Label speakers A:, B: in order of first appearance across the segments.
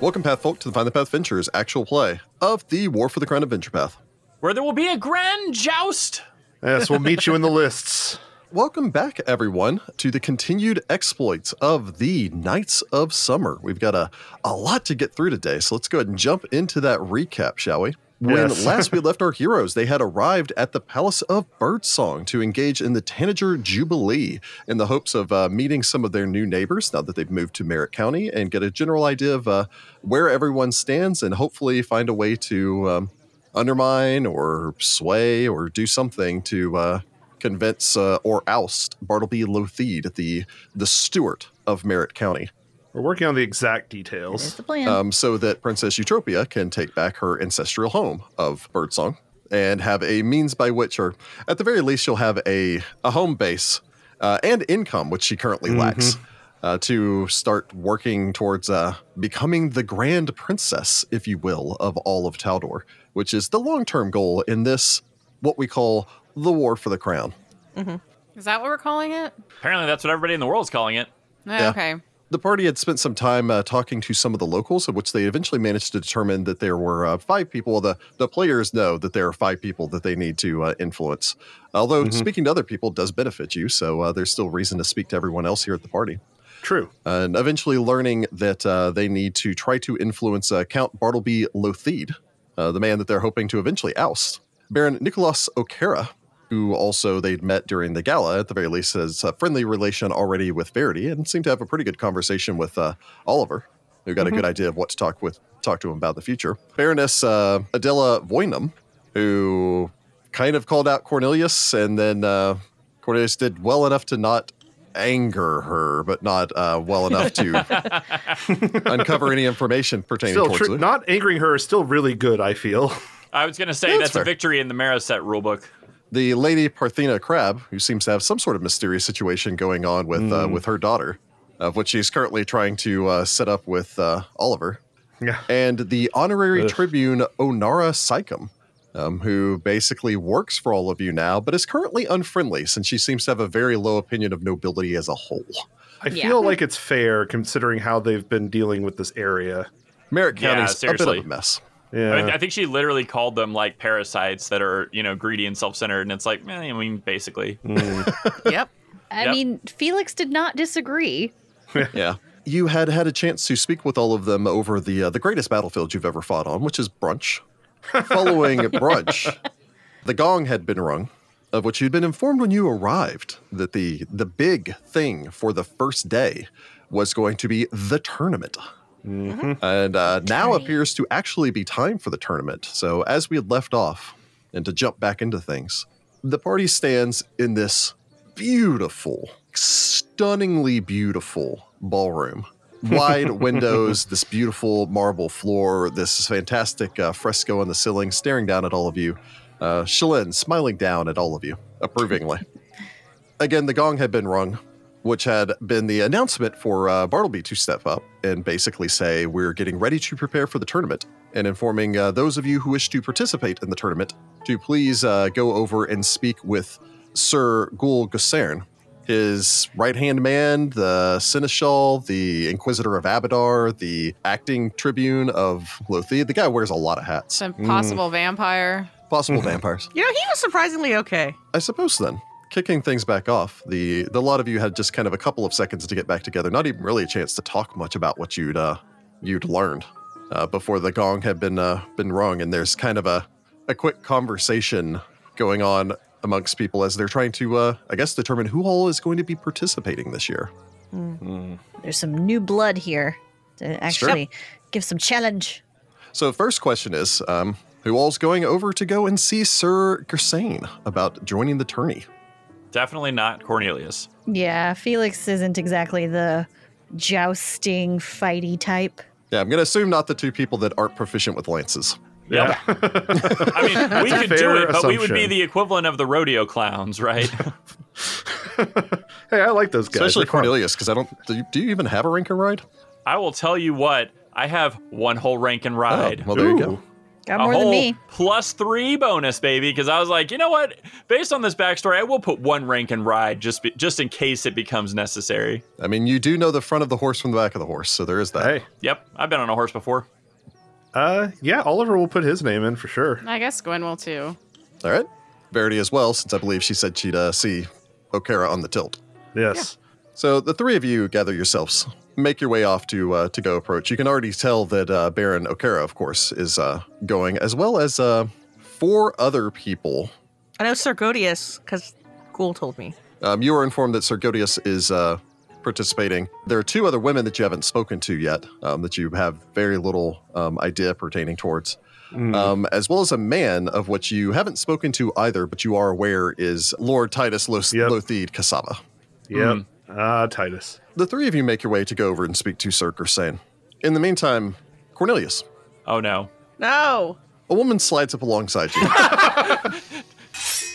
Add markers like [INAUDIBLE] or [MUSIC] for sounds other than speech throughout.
A: Welcome, Path Folk, to the Find the Path Ventures actual play of the War for the Crown Adventure Path.
B: where there will be a grand joust.
C: Yes, we'll meet you in the lists.
A: Welcome back, everyone, to the continued exploits of the Knights of Summer. We've got a, a lot to get through today, so let's go ahead and jump into that recap, shall we? When
C: Yes.
A: last we left our heroes, they had arrived at the Palace of Birdsong to engage in the Tanager Jubilee in the hopes of uh, meeting some of their new neighbors now that they've moved to Merritt County and get a general idea of uh, where everyone stands and hopefully find a way to um, undermine or sway or do something to uh, convince uh, or oust Bartleby Lothied, the the steward of Merritt County,
C: We're working on the exact
D: There's
C: details.
D: the plan.
A: um, so that Princess Eutropia can take back her ancestral home of Birdsong and have a means by which, or at the very least, she'll have a a home base uh, and income, which she currently lacks. Uh, to start working towards uh, becoming the grand princess, if you will, of all of Taldor, which is the long term goal in this, what we call the War for the Crown.
E: Is that what we're calling it?
B: Apparently, that's what everybody in the world's calling it.
E: No,
A: Yeah.
E: Okay.
A: The party had spent some time uh, talking to some of the locals, of which they eventually managed to determine that there were uh, five people. The the players know that there are five people that they need to uh, influence. Although speaking to other people does benefit you, so uh, there's still reason to speak to everyone else here at the party.
C: True.
A: And eventually, learning that uh, they need to try to influence uh, Count Bartleby Lothied, uh, the man that they're hoping to eventually oust, Baron Nicholas O'Kara, who also they'd met during the gala, at the very least, has a friendly relation already with Verity, and seemed to have a pretty good conversation with uh, Oliver, who got a good idea of what to talk with talk to him about in the future. Baroness uh, Adela Voynum, who kind of called out Cornelius, and then uh, Cornelius did well enough to not anger her, but not uh, well enough to
C: [LAUGHS]
A: uncover any information pertaining
C: Still,
A: towards
C: tr-
A: her.
C: not angering her is still really good, I feel. [LAUGHS]
B: I was going to say
A: That's
B: that's,
A: fair.
B: a victory in the Mariset rulebook.
A: the lady Parthena Crab, who seems to have some sort of mysterious situation going on with uh,
C: Hmm.
A: with her daughter, of which she's currently trying to uh, set up with uh, Oliver.
C: Yeah.
A: and the honorary tribune Onara Sycam, um, who basically works for all of you now, but is currently unfriendly since she seems to have a very low opinion of nobility as a whole.
C: I
D: Yeah.
C: feel like it's fair considering how they've been dealing with this area.
A: Merritt
B: Yeah,
A: County's a bit of
B: seriously.
A: a mess.
C: Yeah.
B: I, mean, I think she literally called them like parasites that are, you know, greedy and self-centered, and it's like, eh, I mean, basically,
E: Yep.
D: I
B: yep.
D: mean, Felix did not disagree.
A: Yeah. You had had a chance to speak with all of them over the uh, the greatest battlefield you've ever fought on, which is brunch. Following brunch, the gong had been rung, of which you'd been informed when you arrived that the the big thing for the first day was going to be the tournament. And uh, now appears to actually be time for the tournament. So, as we had left off, and to jump back into things, the party stands in this beautiful, stunningly beautiful ballroom. Wide windows, this beautiful marble floor, this fantastic uh, fresco on the ceiling, staring down at all of you. Uh, Shalyn smiling down at all of you approvingly again, the gong had been rung, which had been the announcement for uh, Bartleby to step up and basically say, We're getting ready to prepare for the tournament, and informing uh, those of you who wish to participate in the tournament to please uh, go over and speak with Sir Gul Gusern, his right hand man, the seneschal, the inquisitor of Abadar, the acting tribune of Lothi. The guy wears a lot of hats,
E: Some possible vampire.
A: possible vampires.
F: You know, he was surprisingly okay.
A: Mm-hmm. I suppose then, kicking things back off, the the lot of you had just kind of a couple of seconds to get back together, not even really a chance to talk much about what you'd uh, you'd learned uh, before the gong had been uh, been rung, and there's kind of a a quick conversation going on amongst people as they're trying to, uh, I guess, determine who all is going to be participating this year.
D: There's some new blood here to actually give some challenge.
A: So, first question is, um, who all's going over to go and see Sir Gersane about joining the tourney?
B: definitely not Cornelius.
D: Yeah, Felix isn't exactly the jousting, fighty type.
A: Yeah, I'm going to assume not the two people that aren't proficient with lances.
B: Yep.
C: [LAUGHS]
B: I mean, we
C: That's a
B: could do
C: fair
B: it, but we would be
C: assumption.
B: the equivalent of the rodeo clowns,
C: [LAUGHS]
B: right?
C: Hey, I like those guys.
A: Especially
C: They're fun.
A: Cornelius, because I don't. Do you, do you even have a rank and ride?
B: I will tell you what, I have one whole rank and
A: Oh,
B: ride.
A: well, there you go.
C: Ooh.
D: Got
B: a
D: more
B: whole
D: than me.
B: plus three bonus, baby, because I was like, you know what? Based on this backstory, I will put one rank and ride just be, just in case it becomes necessary.
A: I mean, you do know the front of the horse from the back of the horse, so there is that.
C: Hey,
B: Yep, I've been on a horse before.
C: uh, yeah, Oliver will put his name in for sure.
E: I guess Gwen will too.
A: All right. Verity as well, since I believe she said she'd uh, see O'Kara on the tilt.
C: Yes.
A: So the three of you gather yourselves, make your way off to uh, to go approach. You can already tell that uh, Baron O'Kara, of course, is uh, going, as well as uh, four other people.
F: I know Sargodius because Ghoul told me.
A: Um, you are informed that Sir Godius is uh, participating. There are two other women that you haven't spoken to yet, um, that you have very little um, idea pertaining towards,
C: Mm.
A: um, as well as a man of which you haven't spoken to either, but you are aware is Lord Titus Los-
C: Yep.
A: Lothied Cassava.
C: Yep.
A: Hmm.
C: Ah, Titus.
A: The three of you make your way to go over and speak to Sir Gersane. In the meantime, Cornelius,
B: Oh no,
F: No.
A: a woman slides up alongside you.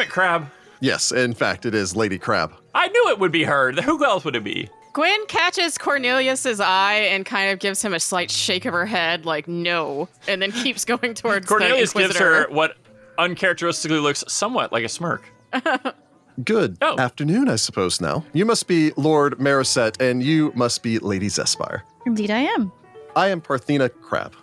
B: crab!
A: yes, in fact, it is Lady Crab.
B: I knew it would be her. Who else would it be?
E: Gwen catches Cornelius's eye and kind of gives him a slight shake of her head, like no, and then [LAUGHS] keeps going towards
B: Cornelius
E: the
B: gives
E: Inquisitor.
B: her what uncharacteristically looks somewhat like a smirk.
A: Good
B: Oh.
A: afternoon, I suppose now. You must be Lord Marisette, and you must be Lady Zespire.
D: Indeed, I am.
A: I am Parthena Crab.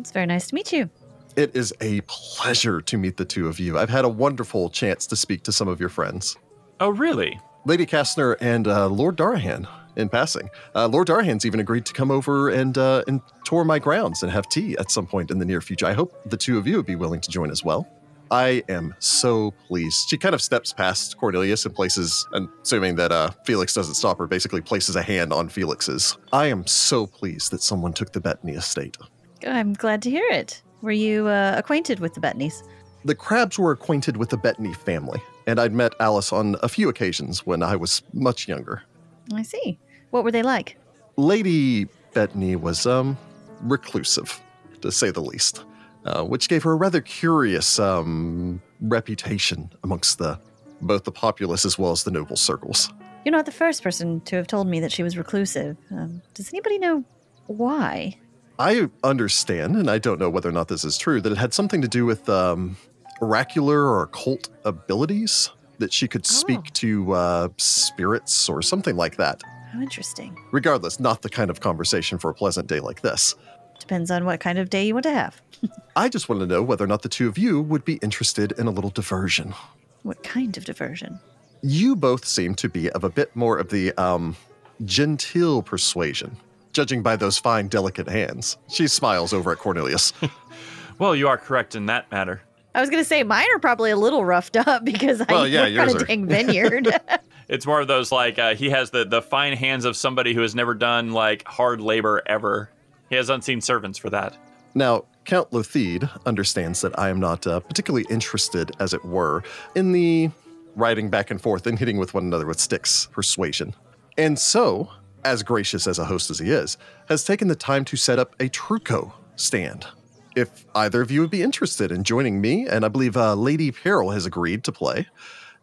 D: It's very nice to meet you.
A: It is a pleasure to meet the two of you. I've had a wonderful chance to speak to some of your friends,
B: Oh really?
A: Lady Kastner and uh, Lord Darahan. In passing, uh, Lord Darahan's even agreed to come over and uh, and tour my grounds and have tea at some point in the near future. I hope the two of you would be willing to join as well. I am so pleased. She kind of steps past Cornelius and places, and assuming that uh, Felix doesn't stop her, basically places a hand on Felix's. I am so pleased that someone took the Bettany estate.
D: Good, I'm glad to hear it. Were you uh, acquainted with the Betneys?
A: the crabs were acquainted with the Bettany family, and I'd met Alice on a few occasions when I was much younger.
D: I see. What were they like?
A: Lady Bettany was um reclusive, to say the least, uh, which gave her a rather curious um reputation amongst the both the populace as well as the noble circles.
D: You're not the first person to have told me that she was reclusive. Um, does anybody know why?
A: I understand, and I don't know whether or not this is true, that it had something to do with um, oracular or occult abilities that she could speak to uh, spirits or something like that.
D: How interesting.
A: Regardless, not the kind of conversation for a pleasant day like this.
D: Depends on what kind of day you want to have.
A: I just wanted to know whether or not the two of you would be interested in a little diversion.
D: What kind of diversion?
A: You both seem to be of a bit more of the um, genteel persuasion, judging by those fine, delicate hands. She smiles over at Cornelius.
B: Well, you are correct in that matter.
D: I was going to say mine are probably a little roughed up [LAUGHS] because
A: Well,
D: I
A: yeah,
D: work on
A: yours
D: a
A: are.
D: dang vineyard.
A: [LAUGHS]
D: [LAUGHS]
B: It's more of those like uh, he has the the fine hands of somebody who has never done like hard labor ever. He has unseen servants for that.
A: Now, Count Lothied understands that I am not uh, particularly interested, as it were, in the riding back and forth and hitting with one another with sticks persuasion. And so, as gracious as a host as he is, has taken the time to set up a Truco stand. If either of you would be interested in joining me, and I believe uh, Lady Peril has agreed to play,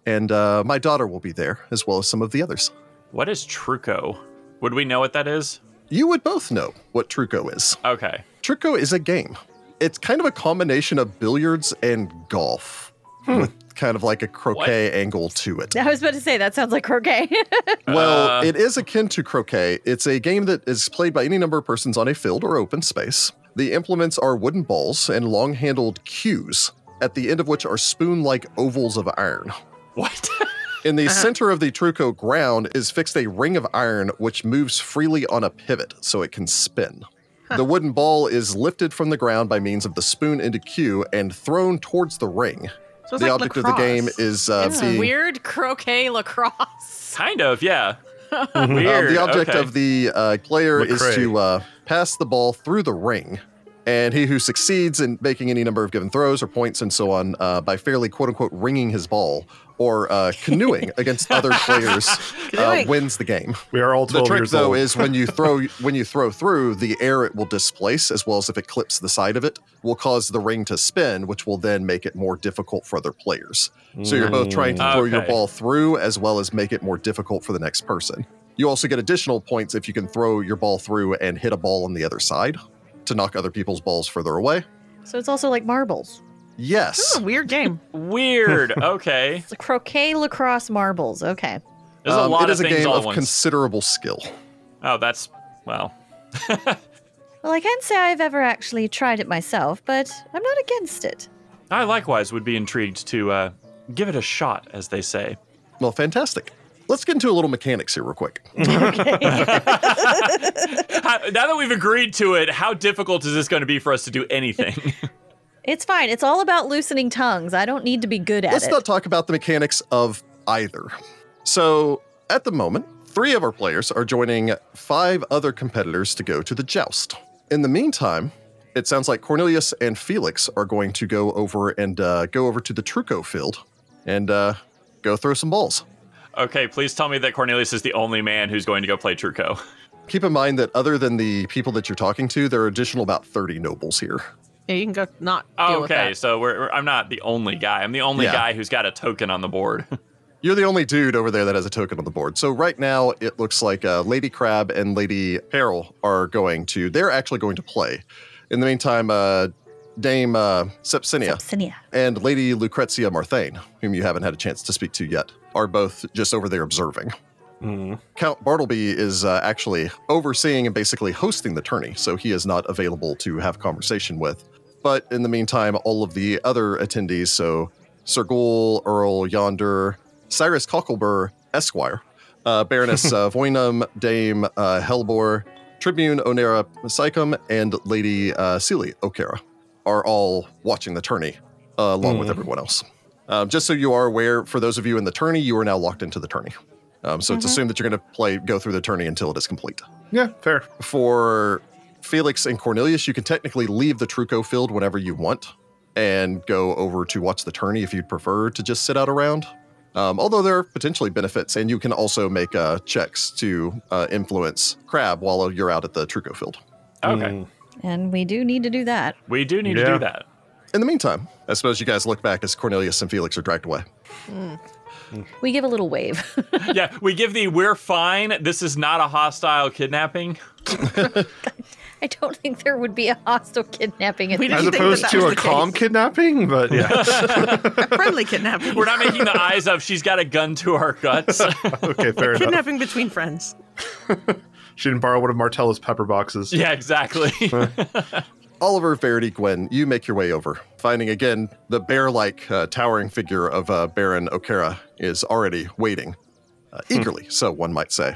A: and uh, my daughter will be there, as well as some of the others.
B: What is Truco? Would we know what that is?
A: You would both know what Truco is.
B: Okay.
A: Trico is a game. It's kind of a combination of billiards and golf, with kind of like a croquet angle to it.
D: I was about to say that sounds like croquet. [LAUGHS]
A: Well,
B: Uh.
A: it is akin to croquet. It's a game that is played by any number of persons on a field or open space. The implements are wooden balls and long handled cues, at the end of which are spoon like ovals of iron.
B: What? [LAUGHS]
A: In
F: Uh-huh.
A: the center of the Truco ground is fixed a ring of iron which moves freely on a pivot so it can spin. The wooden ball is lifted from the ground by means of the spoon into Q and thrown towards the ring.
F: So it's
A: the
F: like
A: object of the
F: lacrosse.
A: game is uh,
E: It's
A: being.
E: weird croquet lacrosse.
B: kind of, yeah.
A: [LAUGHS] um,
B: Weird.
A: the object
B: okay.
A: of the uh, player is
C: Lecrae.
A: to uh, pass the ball through the ring And he who succeeds in making any number of given throws or points and so on uh, by fairly quote unquote ringing his ball or uh,
B: [LAUGHS]
A: canoeing against other players uh,
F: Canoeing.
A: wins the game.
C: We are all
A: The
C: 12
A: trick
C: years
A: though
C: old.
A: is when you
C: [LAUGHS]
A: throw when you throw through the air it will displace as well as if it clips the side of it will cause the ring to spin which will then make it more difficult for other players. So you're both trying to
B: Mm.
A: throw your
B: Okay.
A: ball through as well as make it more difficult for the next person. You also get additional points if you can throw your ball through and hit a ball on the other side to knock other people's balls further away.
D: So it's also like marbles.
A: Yes.
F: This is a weird game.
A: [LAUGHS]
B: Weird. Okay.
D: It's a croquet lacrosse marbles. Okay.
B: There's a
A: Um,
B: lot
A: it is
B: of
A: a
B: things
A: game
B: all
A: of
B: at once.
A: considerable skill.
B: oh, that's wow.
D: Well, I can't say I've ever actually tried it myself, but I'm not against it.
B: I likewise would be intrigued to uh, give it a shot, as they say.
A: Well, fantastic. Let's get into a little mechanics here real quick.
B: How, now that we've agreed to it, how difficult is this going to be for us to do
A: [LAUGHS]
B: anything?
D: It's fine. It's all about loosening tongues. I don't need to be good at
A: Let's
D: it.
A: not talk about the mechanics of either. So, at the moment, three of our players are joining five other competitors to go to the joust. In the meantime, it sounds like Cornelius and Felix are going to go over and uh, go over to the Truco field and uh, go throw some balls.
B: okay, please tell me that Cornelius is the only man who's going to go play Truco.
A: Keep in mind that other than the people that you're talking to, there are additional about 30 nobles here.
F: Yeah, you can go not deal with
B: Oh, Okay,
F: that.
B: so we're, we're- I'm not the only guy. I'm the only
A: Yeah.
B: guy who's got a token on the board. [LAUGHS]
A: You're the only dude over there that has a token on the board. So right now, it looks like uh, Lady Crab and Lady Peril are going to. They're actually going to play. In the meantime, uh, Dame uh, Sepsinia
D: Sinia.
A: and Lady Lucrezia Marthane, whom you haven't had a chance to speak to yet, are both just over there observing. Count Bartleby is uh, actually overseeing and basically hosting the tourney, so he is not available to have conversation with. But in the meantime, all of the other attendees, so Sir Ghoul, Earl Yonder, Cyrus Cocklebur, Esquire, uh, Baroness uh, Voynum, Dame uh, Hellbor, Tribune Onera Psychum, and Lady uh, Celie O'Kara are all watching the tourney uh, along with everyone else. Um, just so you are aware, for those of you in the tourney, you are now locked into the tourney. Um, so it's assumed that you're going to play, go through the tourney until it is complete.
C: yeah, fair.
A: For Felix and Cornelius, you can technically leave the Truco field whenever you want and go over to watch the tourney if you'd prefer to just sit out around. Um, although there are potentially benefits, and you can also make uh, checks to uh, influence Crab while you're out at the Truco field.
B: Okay,
A: Hmm.
D: And we do need to do that.
B: we do need to
C: Yeah.
B: do that.
A: In the meantime, I suppose you guys look back as Cornelius and Felix are dragged away.
D: We give a little wave. [LAUGHS]
B: Yeah, we give the we're fine. This is not a hostile kidnapping.
D: I don't think there would be a hostile kidnapping at
F: We
D: this
C: As
F: didn't think that
C: opposed
F: that
C: to
F: was
C: a
F: the
C: calm
F: case.
C: kidnapping, but
F: [LAUGHS]
C: yeah.
F: A friendly
B: [LAUGHS]
F: kidnapping.
B: We're not making the eyes of she's got a gun to our [LAUGHS] guts.
C: okay, fair enough.
F: kidnapping between friends.
C: She didn't borrow one of Martella's pepper boxes.
B: yeah, exactly.
A: [LAUGHS] Oliver, Verity, Gwen, you make your way over, finding again the bear like uh, towering figure of uh, Baron O'Kara is already waiting, uh, eagerly, so one might say.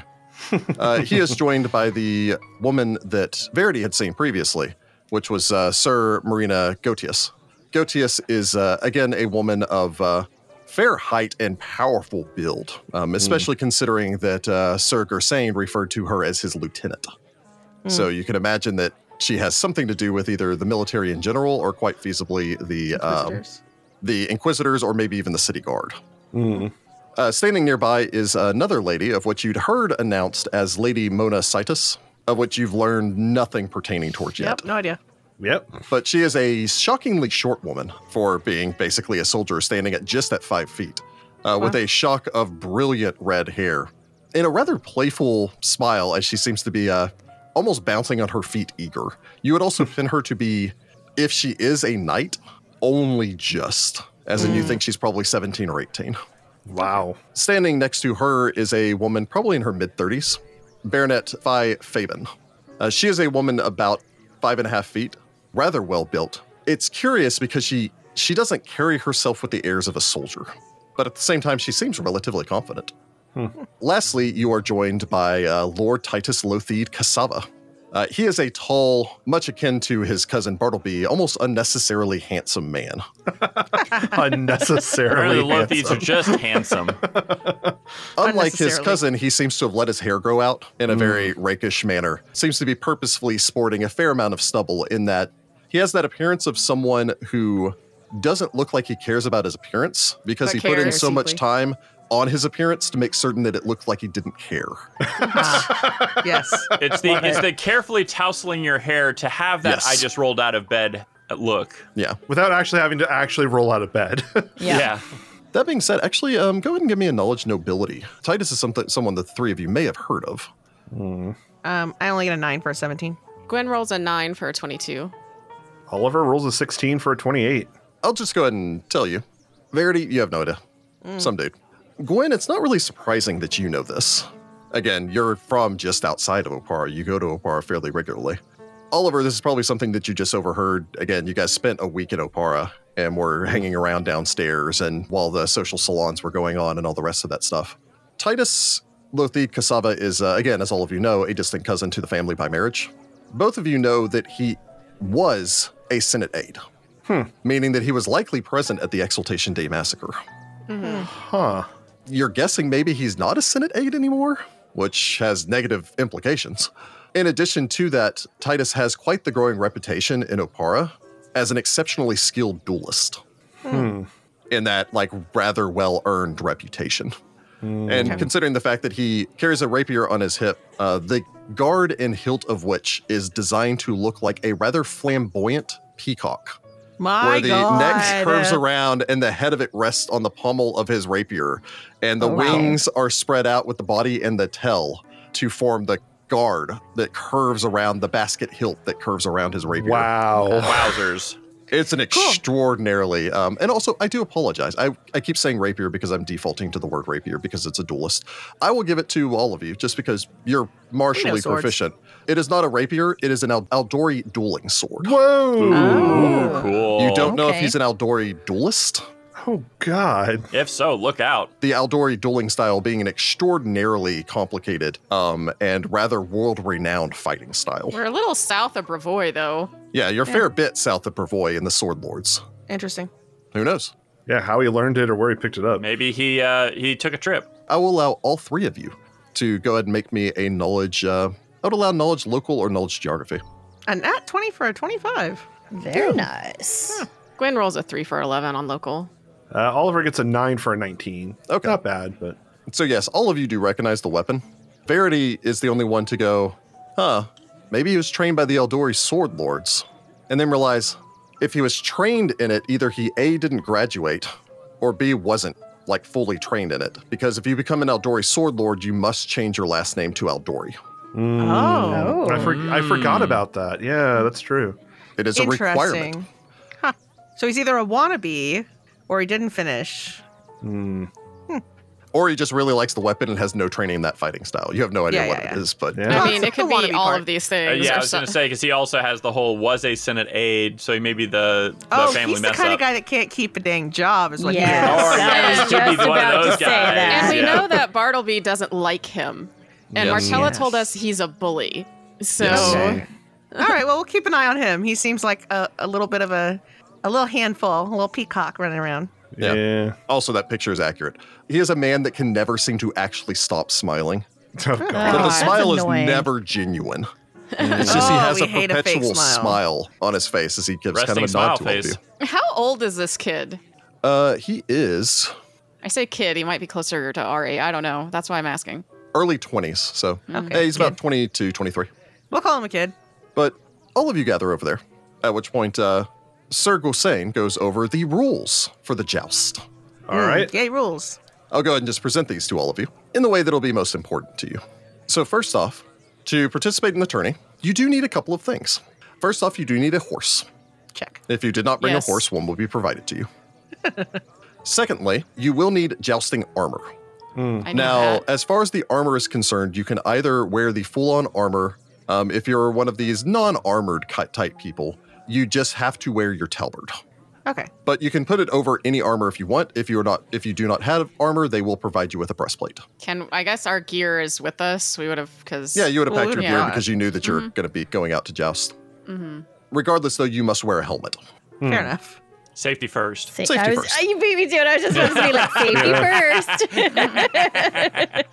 A: Uh, he is joined by the woman that Verity had seen previously, which was uh, Sir Marina Gotius. Gotius is, uh, again, a woman of uh, fair height and powerful build, um, especially considering that uh, Sir Gersane referred to her as his lieutenant. So you can imagine that she has something to do with either the military in general or quite feasibly the um,
F: Visitors.
A: the Inquisitors or maybe even the City Guard. Uh, standing nearby is another lady of which you'd heard announced as Lady Mona Citus, of which you've learned nothing pertaining towards yet.
F: Yep, no idea.
C: Yep.
A: But she is a shockingly short woman for being basically a soldier standing at just at five feet, uh, with a shock of brilliant red hair and a rather playful smile as she seems to be uh, almost bouncing on her feet, eager. You would also pin her to be, if she is a knight, only just, as in you think she's probably 17 or 18.
C: Wow.
A: Standing next to her is a woman, probably in her mid 30s, Baronet Phi Faben. Uh, she is a woman about five and a half feet, rather well built. It's curious because she she doesn't carry herself with the airs of a soldier, but at the same time, she seems relatively confident. Lastly, you are joined by uh, Lord Titus Lothied Cassava. Uh, he is a tall, much akin to his cousin Bartleby, almost unnecessarily handsome man.
C: Unnecessarily.
B: Apparently, the Lothies are
C: handsome.
B: just handsome.
A: Unlike his
F: Unnecessarily.
A: cousin, he seems to have let his hair grow out in a very rakish manner. Seems to be purposefully sporting a fair amount of stubble in that He has that appearance of someone who doesn't look like he cares about his appearance because
E: But
A: he put in
E: cares
A: so much
E: deeply.
A: time on his appearance to make certain that it looked like he didn't
E: [LAUGHS]
A: care.
F: Ah,
B: [LAUGHS]
F: yes.
B: It's the it's the carefully tousling your hair to have that
A: Yes.
B: I just rolled out of bed look.
A: Yeah.
C: without actually having to actually roll out of bed. [LAUGHS]
D: Yeah.
A: That being said, actually, um, go ahead and give me a knowledge nobility. Titus is something someone the three of you may have heard of.
F: Um, I only get a nine for a seventeen.
E: Gwen rolls a nine for a 22.
C: Oliver rolls a 16 for a 28.
A: I'll just go ahead and tell you. Verity, you have no idea. Some dude. Gwen, it's not really surprising that you know this. Again, you're from just outside of Opara. You go to Opara fairly regularly. Oliver, this is probably something that you just overheard. Again, you guys spent a week in Opara and were hanging around downstairs and while the social salons were going on and all the rest of that stuff. Titus Lothi Cassava is, uh, again, as all of you know, a distant cousin to the family by marriage. Both of you know that he was a Senate aide meaning that he was likely present at the Exaltation Day massacre.
C: Huh.
A: You're guessing maybe he's not a Senate aide anymore, which has negative implications. In addition to that, Titus has quite the growing reputation in Opara as an exceptionally skilled duelist. In that, like, rather well earned reputation. And considering the fact that he carries a rapier on his hip, uh, the guard and hilt of which is designed to look like a rather flamboyant peacock
F: My
A: where the
F: God.
A: neck curves around and the head of it rests on the pommel of his rapier, and the
F: Oh,
A: wings are spread out with the body and the tail to form the guard that curves around the basket hilt that curves around his rapier.
C: Wow.
B: Wowzers.
A: It's an extraordinarily, um, and also I do apologize. I, I keep saying rapier because I'm defaulting to the word rapier because it's a duelist. I will give it to all of you just because you're martially
F: swords.
A: proficient. It is not a rapier, it is an Al- Aldori dueling sword.
C: Whoa.
B: Ooh, cool.
F: Oh.
A: You don't know if
D: Okay.
A: he's an Aldori duelist.
C: Oh, God.
B: If so, look out.
A: the Aldori dueling style being an extraordinarily complicated um, and rather world renowned fighting style.
E: We're a little south of Bravoy, though.
A: Yeah, you're a fair bit south of Brevoy and the Sword Lords.
F: Interesting.
A: Who knows?
C: Yeah, how he learned it or where he picked it up.
B: Maybe he uh, he took a trip.
A: I will allow all three of you to go ahead and make me a knowledge. Uh, I would allow knowledge local or knowledge geography.
F: An at twenty for a twenty-five.
D: Very nice.
E: Gwen rolls a three for 11 on local.
C: Uh, Oliver gets a 9 for a 19.
A: Okay.
C: Not bad, but
A: So, yes, all of you do recognize the weapon. Verity is the only one to go, huh, maybe he was trained by the Eldori Sword Lords, and then realize if he was trained in it, either he A, didn't graduate, or B, wasn't like fully trained in it. Because if you become an Eldori Sword Lord, you must change your last name to Eldori.
B: Hmm.
F: Oh,
D: Oh.
C: I, for- I forgot about that. Yeah, that's true.
A: It is a requirement.
F: interesting. Huh. So he's either a wannabe or he didn't finish.
A: Or he just really likes the weapon and has no training in that fighting style. You have no idea
F: Yeah,
A: what
F: yeah,
A: it
F: yeah.
A: is, but
C: Yeah.
E: I
F: Oh,
E: mean,
F: it's
E: it could
F: the
E: be
F: wannabe
E: all
F: part.
E: of these
B: Uh,
E: things.
B: yeah, I
E: or
B: was going to
E: so-
B: say because he also has the whole was a Senate aide, so he may be the, the
F: oh,
B: family
F: he's the
B: mess
F: kind
B: up.
F: of guy that can't keep a dang job, is what
D: Yes.
F: he is.
B: Or
D: I
B: yeah,
D: was
B: he could be
D: just
B: one
D: about
B: of
D: to
B: those
D: say
B: guys.
D: that.
E: And we
B: yeah.
E: know that Bartleby doesn't like him. And
A: Yes.
E: Marcella
F: Yes.
E: told us he's a bully. So
A: Yes.
C: Okay.
F: All right, well, we'll keep an eye on him. He seems like a, a little bit of a a little handful, a little peacock running around.
A: Yeah.
C: Yeah. [LAUGHS]
A: also that picture is accurate. He is a man that can never seem to actually stop smiling.
C: Oh, God.
A: But the
D: that's
A: smile is
D: annoying.
A: never genuine.
B: Mm.
A: It's just he
F: Oh,
A: has
F: we
A: a
F: hate a fake
A: perpetual smile.
F: smile.
A: on his face as he gives kind
B: Resting
A: of a nod
B: smile
A: to all of you.
B: face.
E: how old is this kid?
A: Uh, he is
E: I say kid, he might be closer to RA. I don't know. That's why I'm asking.
A: early 20s, so
F: Okay,
A: yeah, he's about 22, 23.
F: We'll call him a kid.
A: But all of you gather over there, at which point uh, Sir Gosain goes over the rules for the joust.
C: All right.
F: Yay, Hmm, rules.
A: I'll go ahead and just present these to all of you in the way that'll be most important to you. So, first off, to participate in the tourney, you do need a couple of things. First off, you do need a horse.
F: Check.
A: If you did not bring
E: Yes.
A: a horse, one will be provided to you. Secondly, you will need jousting armor.
E: I know
A: Now,
E: that.
A: as far as the armor is concerned, you can either wear the full on armor. Um, if you're one of these non armored type people, you just have to wear your talberd.
F: Okay.
A: But you can put it over any armor if you want. If you're not, if you do not have armor, they will provide you with a breastplate.
E: Can I guess our gear is with us? We would have because
A: Yeah, you would have
F: Well,
A: packed your
F: we
A: gear
F: don't-
A: because you knew that you're going to be going out to joust. Regardless, though, you must wear a helmet.
C: Hmm.
F: Fair enough.
B: Safety first.
D: Sa-
A: Safety
D: I was,
A: first.
D: You beat me to it. I was just supposed to be like, safety first.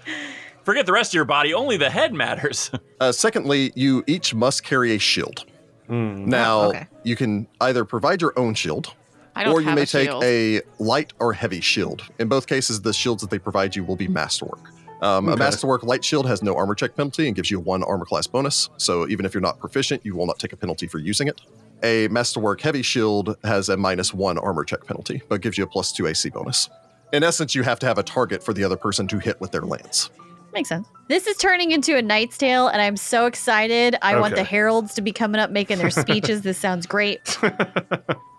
B: Forget the rest of your body; only the head matters.
A: [LAUGHS] Uh, secondly, you each must carry a shield. Now,
F: okay.
A: you can either provide your own shield,
E: Oh, I don't
A: or you
E: have
A: may
E: a
A: take
E: shield.
A: a light or heavy shield. In both cases, the shields that they provide you will be masterwork. Um, A
C: Okay.
A: masterwork light shield has no armor check penalty and gives you one armor class bonus. So even if you're not proficient, you will not take a penalty for using it. A masterwork heavy shield has a minus one armor check penalty, but gives you a plus two AC bonus. In essence, you have to have a target for the other person to hit with their lance.
D: Makes sense. This is turning into a knight's tale, and I'm so excited. I want
C: Okay.
D: the heralds to be coming up making their speeches. this sounds great.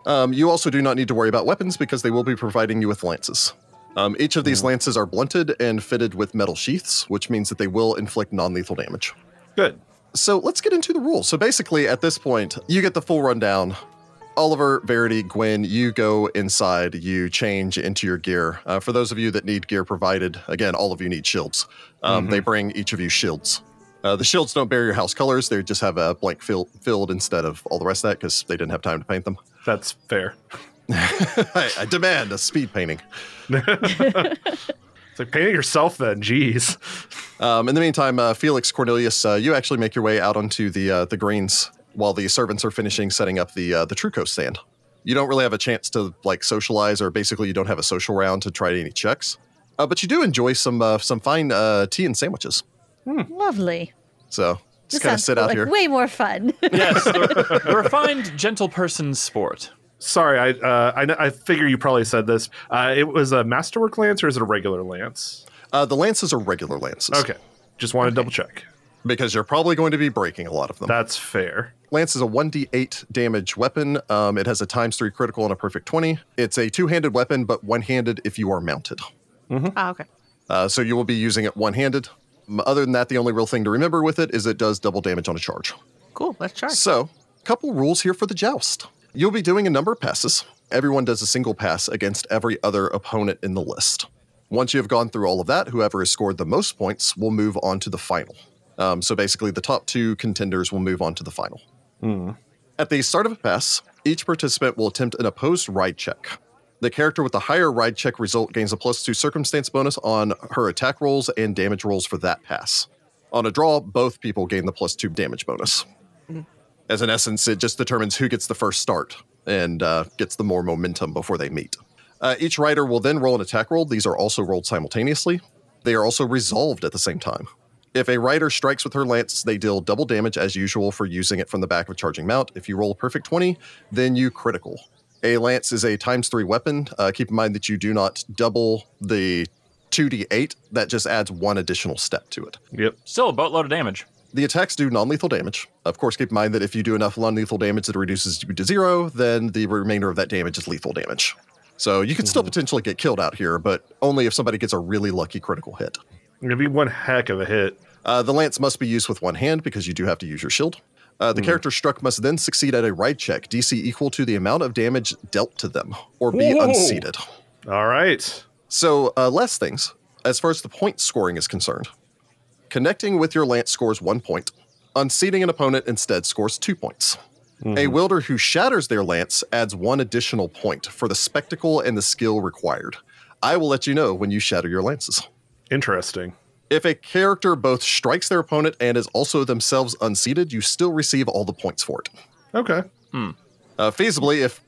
A: Um, you also do not need to worry about weapons because they will be providing you with lances. Um, each of these lances are blunted and fitted with metal sheaths, which means that they will inflict non lethal damage.
C: Good.
A: So let's get into the rules. So basically, at this point, you get the full rundown. Oliver, Verity, Gwen, you go inside, you change into your gear. Uh, for those of you that need gear provided, again, all of you need shields. Um, They bring each of you shields. Uh, the shields don't bear your house colors, they just have a blank fill- field instead of all the rest of that because they didn't have time to paint them.
C: That's fair.
A: I, I demand a speed painting.
C: It's like paint it yourself then. Jeez.
A: Um, in the meantime, uh, Felix Cornelius, uh, you actually make your way out onto the uh, the greens while the servants are finishing setting up the uh, the Truco stand. You don't really have a chance to like socialize, or basically you don't have a social round to try any checks. Uh, but you do enjoy some uh, some fine uh, tea and sandwiches.
D: Lovely.
A: So
D: This
A: just kind of
D: sounds
A: sit out
D: like
A: here.
D: way more fun. [LAUGHS]
B: Yes, the, the refined gentle person sport.
C: Sorry, I uh, I, kn- I figure you probably said this. Uh, it was a masterwork lance or is it a regular lance?
A: Uh, the lances are regular lances.
C: Okay, just want to double check.
A: Because you're probably going to be breaking a lot of them.
C: That's fair.
A: Lance is a 1d8 damage weapon. Um, it has a times three critical and a perfect 20. It's a two handed weapon, but one handed if you are mounted.
C: Hmm.
F: Oh, okay.
A: Uh, so you will be using it one handed. Other than that, the only real thing to remember with it is it does double damage on a charge.
F: Cool. Let's try.
A: So, couple rules here for the joust. You'll be doing a number of passes. Everyone does a single pass against every other opponent in the list. Once you have gone through all of that, whoever has scored the most points will move on to the final. Um, so basically, the top two contenders will move on to the final. At the start of a pass, each participant will attempt an opposed ride check. The character with the higher ride check result gains a plus two circumstance bonus on her attack rolls and damage rolls for that pass. On a draw, both people gain the plus two damage bonus as in essence, it just determines who gets the first start and uh, gets the more momentum before they meet. Uh, each rider will then roll an attack roll. These are also rolled simultaneously. They are also resolved at the same time. If a rider strikes with her lance, they deal double damage as usual for using it from the back of a charging mount. If you roll a perfect 20, then you critical. A lance is a times three weapon. Uh, keep in mind that you do not double the 2d8, that just adds one additional step to it.
C: Yep.
B: Still a boatload of damage.
A: The attacks do non lethal damage. Of course, keep in mind that if you do enough non lethal damage that reduces you to zero, then the remainder of that damage is lethal damage. So you could still potentially get killed out here, but only if somebody gets a really lucky critical hit.
C: It'd be one heck of a hit.
A: Uh, the lance must be used with one hand because you do have to use your shield. Uh, the character struck must then succeed at a ride check, DC equal to the amount of damage dealt to them, or be
C: Whoa.
A: unseated.
C: All right.
A: So, uh, less things. As far as the point scoring is concerned, connecting with your lance scores one point. Unseating an opponent instead scores two points. A wielder who shatters their lance adds one additional point for the spectacle and the skill required. I will let you know when you shatter your lances.
C: Interesting.
A: If a character both strikes their opponent and is also themselves unseated, you still receive all the points for it.
C: Okay.
A: Uh, feasibly, if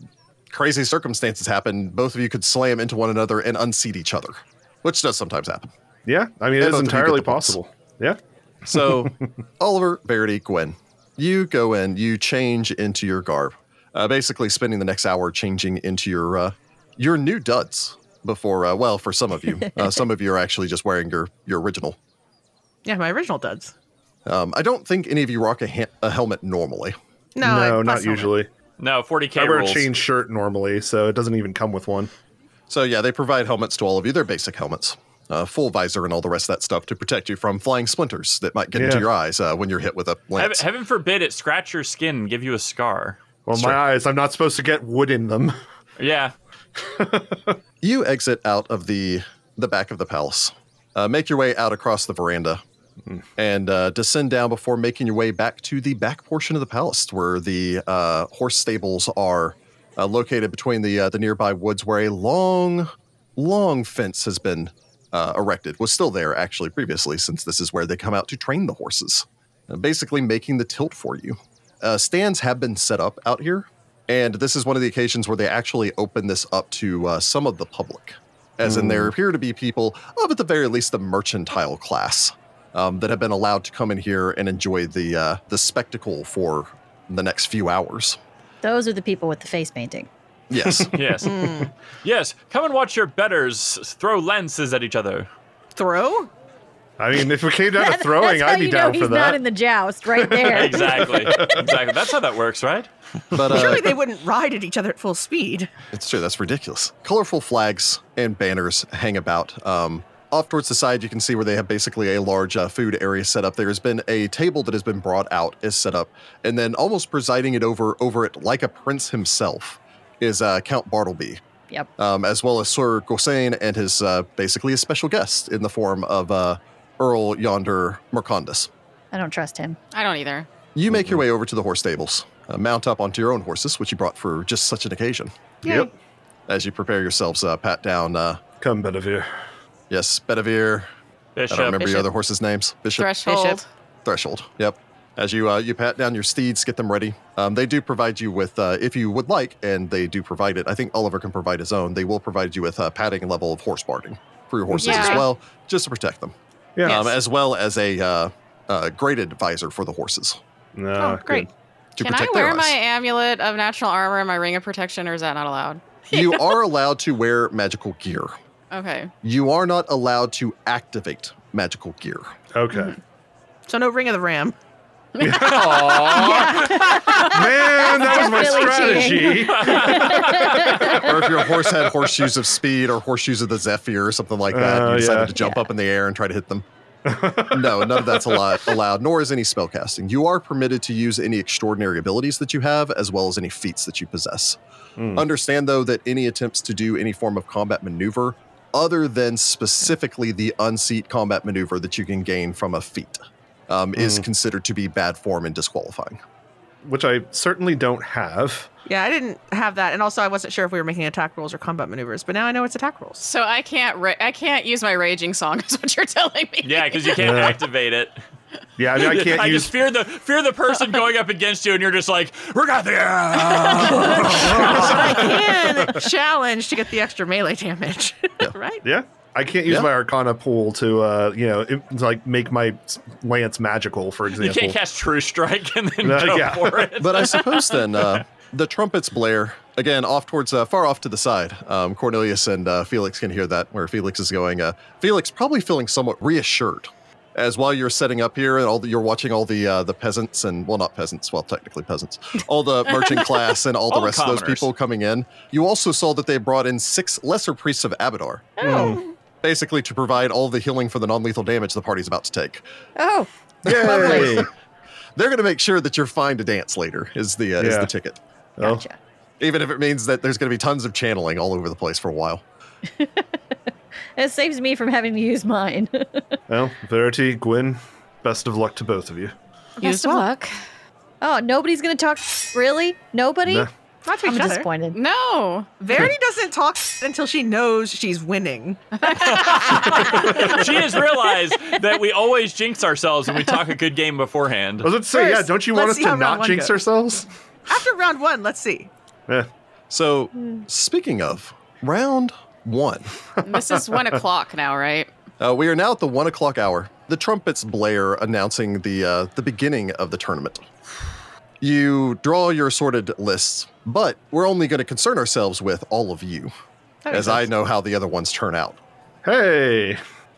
A: crazy circumstances happen, both of you could slam into one another and unseat each other, which does sometimes happen.
C: Yeah. I mean,
A: Yeah, both
C: it is
A: of you get
C: entirely
A: the points.
C: possible. Yeah.
A: So, Oliver, Verity, Gwen, you go in, you change into your garb, uh, basically spending the next hour changing into your uh, your new duds. Before, uh, well, for some of you, uh, some of you are actually just wearing your your original.
F: Yeah, my original duds.
A: Um, I don't think any of you rock a, ha- a helmet normally.
F: No, I-
C: no, not
F: plus helmet.
C: usually.
B: No, 40k
C: I wear
B: rules.
C: a chain shirt normally, so it doesn't even come with one.
A: So yeah, they provide helmets to all of you. They're basic helmets, uh, full visor, and all the rest of that stuff to protect you from flying splinters that might get into
C: Yeah.
A: your eyes uh, when you're hit with a
B: Heaven,
A: lance.
B: heaven forbid it scratch your skin and give you a scar.
C: Well, my
A: true.
C: eyes, I'm not supposed to get wood in them.
B: Yeah,
A: You exit out of the the back of the palace, uh, make your way out across the veranda, and uh, descend down before making your way back to the back portion of the palace, where the uh, horse stables are uh, located between the uh, the nearby woods, where a long, long fence has been uh, erected. Was still there actually previously, since this is where they come out to train the horses, uh, basically making the tilt for you. Uh, stands have been set up out here, and this is one of the occasions where they actually open this up to uh, some of the public, as in there appear to be people of, at the very least, the mercantile class um, that have been allowed to come in here and enjoy the uh, the spectacle for the next few hours.
D: Those are the people with the face painting.
F: [LAUGHS]
A: Yes.
E: [LAUGHS]
B: Yes.
E: Hmm.
B: Yes. Come and watch your betters throw lances at each other.
F: Throw?
C: I mean, if we came down to
D: [LAUGHS] That's-
C: throwing,
D: that's how
C: I'd be
D: Oh, you know
C: down
D: he's
C: for
D: not
C: that.
D: in the joust right
B: [LAUGHS]
E: [LAUGHS]
D: there.
B: Exactly. exactly. That's how that works, right?
A: But uh,
F: Surely they wouldn't ride at each other at full speed.
A: It's true. That's ridiculous. Colorful flags and banners hang about. Um, off towards the side, you can see where they have basically a large uh, food area set up. There has been a table that has been brought out, is set up, and then almost presiding it over over it like a prince himself is uh, Count Bartleby,
D: Yep.
A: um, as well as Sir Gossain and his uh, basically a special guest in the form of uh, Earl Yonder Mercondus.
D: I don't trust him.
E: I don't either.
A: You make your way over to the horse stables, uh, mount up onto your own horses, which you brought for just such an occasion.
C: Yep.
A: As you prepare yourselves, uh, pat down uh,
C: Come, Bedivere.
A: Yes, Bedivere. I
B: Bishop.
A: don't remember your
E: Bishop.
A: other horses' names. Bishop
E: Threshold.
F: Bishop.
A: Threshold. Yep. As you uh, you pat down your steeds, get them ready. Um, they do provide you with, uh, if you would like, and they do provide it. I think Oliver can provide his own. They will provide you with a padding level of horse barding for your horses as
E: Yeah.
A: well, just to protect them,
C: Yeah.
A: um, as well as a uh, uh, graded advisor for the horses
C: No,
E: Oh,
C: good.
E: great.
A: to
E: Can I
A: protect
E: wear
A: their
E: my
A: eyes.
E: amulet of natural armor and my ring of protection, or is that not allowed?
A: [LAUGHS] you are allowed to wear magical gear.
E: Okay.
A: You are not allowed to activate magical gear.
D: [LAUGHS]
C: Okay.
F: So no Ring of the Ram.
C: Man, that was my
D: Definitely
C: strategy.
A: [LAUGHS] or if your horse had horseshoes of speed or horseshoes of the zephyr or something like that,
C: Oh,
A: you decided
C: yeah.
A: to jump up in the air and try to hit them. no, none of that's allowed, allowed, nor is any spellcasting. You are permitted to use any extraordinary abilities that you have, as well as any feats that you possess. Understand, though, that any attempts to do any form of combat maneuver, other than specifically the unseat combat maneuver that you can gain from a feat, um, is considered to be bad form and disqualifying.
C: [LAUGHS] Which I certainly don't have.
F: Yeah, I didn't have that. And also, I wasn't sure if we were making attack rolls or combat maneuvers, but now I know it's attack
C: [LAUGHS]
F: rolls.
E: So I can't. Ra- I can't use my raging song. [LAUGHS] Is what you're telling me?
B: Yeah, because you can't
C: Yeah.
B: activate it.
C: Yeah, I,
B: [LAUGHS]
C: mean, I can't
B: I
C: use.
B: just fear the fear the
D: [LAUGHS]
B: person going up against you, and you're just like, "We're got the
F: I can challenge to get the extra melee damage, [LAUGHS] right?
C: yeah, I can't use
A: Yeah.
C: my Arcana pool to, uh, you know, it, to, like make my s- lance magical, for
B: You
C: example.
B: can't cast True Strike and then
C: Uh,
B: go
C: yeah.
B: for
C: [LAUGHS]
B: it.
A: but I suppose then uh, the trumpets blare again off towards uh, far off to the side. Um, Cornelius and uh, Felix can hear that where Felix is going. Uh, Felix probably feeling somewhat reassured as while you're setting up here and all the, you're watching all the uh, the peasants and well not peasants well technically peasants all
B: [LAUGHS]
A: the merchant class and all the
B: All
A: rest of those
B: commoners.
A: people coming in. You also saw that they brought in six lesser priests of Abadar.
B: Oh.
A: um, Basically, to provide all the healing for the non lethal damage the party's about to take.
D: Oh,
C: Yay!
D: Lovely.
A: They're going to make sure that you're fine to dance later, is the, uh, is
C: Yeah.
A: the ticket.
C: Oh.
D: gotcha.
A: even if it means that there's going to be tons of channeling all over the place for a while.
D: It saves me from having to use mine. [LAUGHS]
C: Well, Verity, Gwyn, best of luck to both of you.
E: Best of luck.
D: oh, nobody's gonna talk. Really? Nobody?
C: Nah.
F: Not to
D: I'm
F: each other.
E: Mm.
D: disappointed.
E: No.
F: Verity doesn't talk until she knows she's winning.
B: she has realized that we always jinx ourselves when we talk a good game beforehand.
C: I was about to say, yeah,
F: First,
C: don't you want
F: let's
C: us
F: see
C: to
F: how round
C: not
F: one
C: jinx
F: goes.
C: ourselves?
F: After round one, let's see.
C: Yeah.
A: So,
F: Hmm.
A: speaking of round one,
E: This is one o'clock now, right?
A: uh, we are now at the one o'clock hour. The trumpets blare, announcing the uh, the beginning of the tournament. You draw your assorted lists, but we're only going to concern ourselves with all of you,
F: That
A: as
F: makes
A: I
F: sense.
A: know how the other ones turn out.
C: Hey,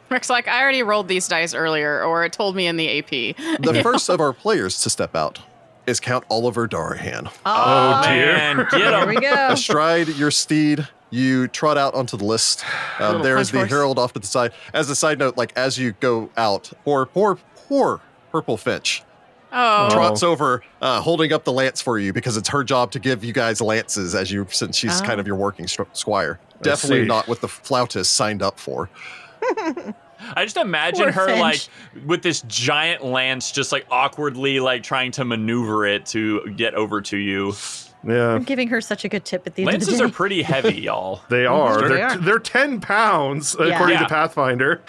E: Rick's like, I already rolled these dice earlier, or it told me in the AP.
F: [LAUGHS]
A: The first of our players to step out is Count Oliver Darahan.
C: Oh, dear.
B: Man, get 'em.
D: There
A: [LAUGHS]
D: we go.
A: astride your steed you trot out onto the list um,
F: Little
A: there is
F: French
A: the
F: horse.
A: herald off to the side as a side note like as you go out poor poor poor purple finch
E: Oh,
A: trots over uh, holding up the lance for you because it's her job to give you guys lances as you since she's kind of your working stro- squire definitely
C: see.
A: not what the flautist signed up for
B: I just imagine
D: Poor
B: her
D: Finch.
B: like with this giant lance, just like awkwardly like trying to maneuver it to get over to you.
C: Yeah,
D: I'm giving her such a good tip at the end of
B: Lances
D: the
B: are
D: day.
B: pretty
D: [LAUGHS]
B: heavy, y'all.
C: they are.
F: Sure
C: they're,
F: they are.
C: they're 10 pounds,
D: Yeah.
C: according
B: Yeah.
C: to Pathfinder.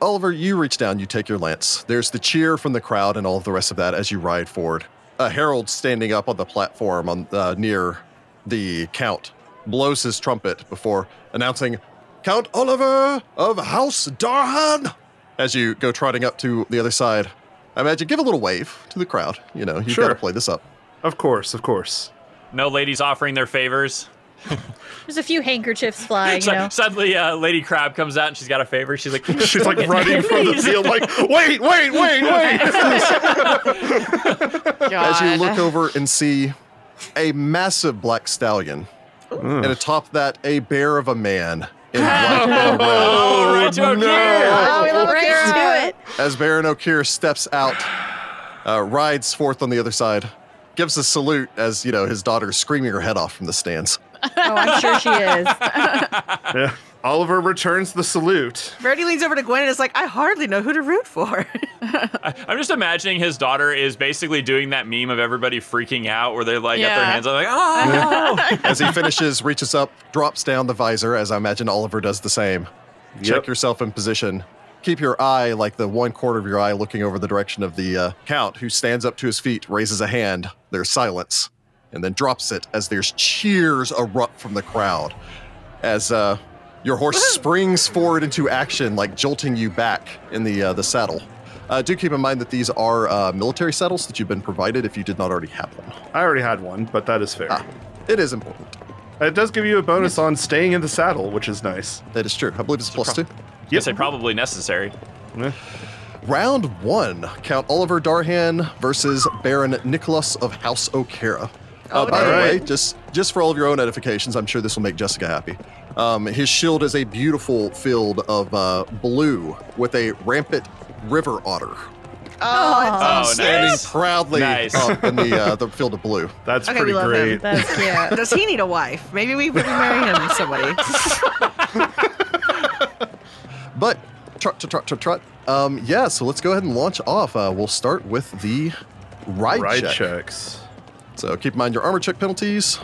A: Oliver, you reach down, you take your lance. There's the cheer from the crowd and all of the rest of that as you ride forward. a herald standing up on the platform on uh, near the count blows his trumpet before announcing Count Oliver of House Darhan as you go trotting up to the other side. I imagine give a little wave to the crowd. You know, you've got
C: Sure.
A: to play this up.
C: Of course, of course.
B: No ladies offering their favors.
D: There's a few handkerchiefs flying, you
B: Su-
D: know.
B: Suddenly, uh, Lady Crab comes out and she's got a favor. She's like,
C: She's like running from the field, like, wait, wait, wait, wait.
A: As you look
E: God.
A: over and see a massive black stallion, and atop that, a bear of a man in black and red.
B: "Oh, right to our gear."
D: Oh, we love right to it.
A: As Baron O'Keer steps out, uh, rides forth on the other side, gives a salute as, you know, his daughter's screaming her head off from the stands.
D: Oh, I'm sure she is.
C: Yeah. Oliver returns the salute.
F: Brody leans over to Gwen and is like, I hardly know who to root for. [LAUGHS]
B: I'm just imagining his daughter is basically doing that meme of everybody freaking out, where they like got their
E: Yeah.
B: hands up, like,
F: Uh-huh.
B: "Oh,
A: [LAUGHS] As he finishes, reaches up, drops down the visor, as I imagine Oliver does the same. Check
C: Yep.
A: yourself in position. Keep your eye, like the one quarter of your eye, looking over the direction of the uh, count, who stands up to his feet, raises a hand. There's silence, and then drops it as there's cheers erupt from the crowd. As uh, your horse springs forward into action, like jolting you back in the uh, the saddle. Uh, do keep in mind that these are uh, military saddles that you've been provided if you did not already have one.
C: I already had one, but that is fair.
A: It is important.
C: It does give you a bonus on staying in the saddle, which is nice.
A: That is true. I believe it's plus two.
B: I say probably necessary."
C: Yeah.
A: Round one Count Oliver Darhan versus Baron Nicholas of House O'Kara. Uh, by the way,
C: Alright.
A: just just for all of your own edifications, I'm sure this will make Jessica happy. Um, his shield is a beautiful field of uh, blue with a rampant river otter
F: oh,
B: Oh,
A: standing
B: nice.
A: proudly
B: Nice.
A: up in the uh, the field of blue.
C: That's
F: Okay,
C: pretty
F: we love
C: great.
F: him. [LAUGHS]
D: That's
F: it's-
D: cute.
F: does he need a wife? Maybe we would marry him to somebody.
A: But trot trot trot trot trot. Um, yeah, so let's go ahead and launch off. Uh, we'll start with the ride,
C: Ride
A: check.
C: checks.
A: So keep in mind your armor check penalties.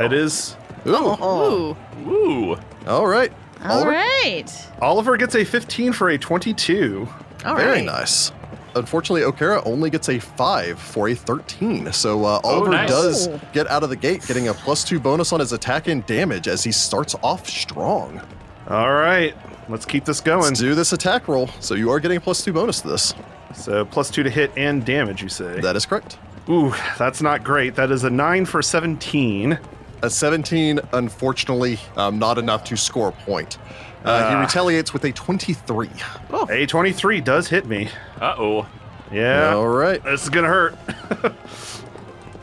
C: It is.
A: Ooh,
E: Ooh.
B: Ooh,
A: all right.
D: [LAUGHS] All
A: Oliver?
D: right.
C: Oliver gets a 15 for a 22.
F: All right.
A: Very nice. Unfortunately, O'Kara only gets a five for a 13. So uh,
C: Oh,
A: Oliver
B: nice.
A: does
D: Ooh.
A: get out of the gate, getting a plus two bonus on his attack and damage as he starts off strong.
C: All right. Let's keep this going.
A: Let's do this attack roll. So you are getting a plus two bonus to this.
C: So plus two to hit and damage, you say.
A: That is correct.
C: Ooh, that's not great. That is a nine for 17.
A: A 17, unfortunately, um, not enough to score a point. Uh, he
C: Ah.
A: retaliates with a 23. Oh.
C: A 23 does hit me.
B: uh oh.
C: Yeah.
A: All right.
C: This is going to hurt.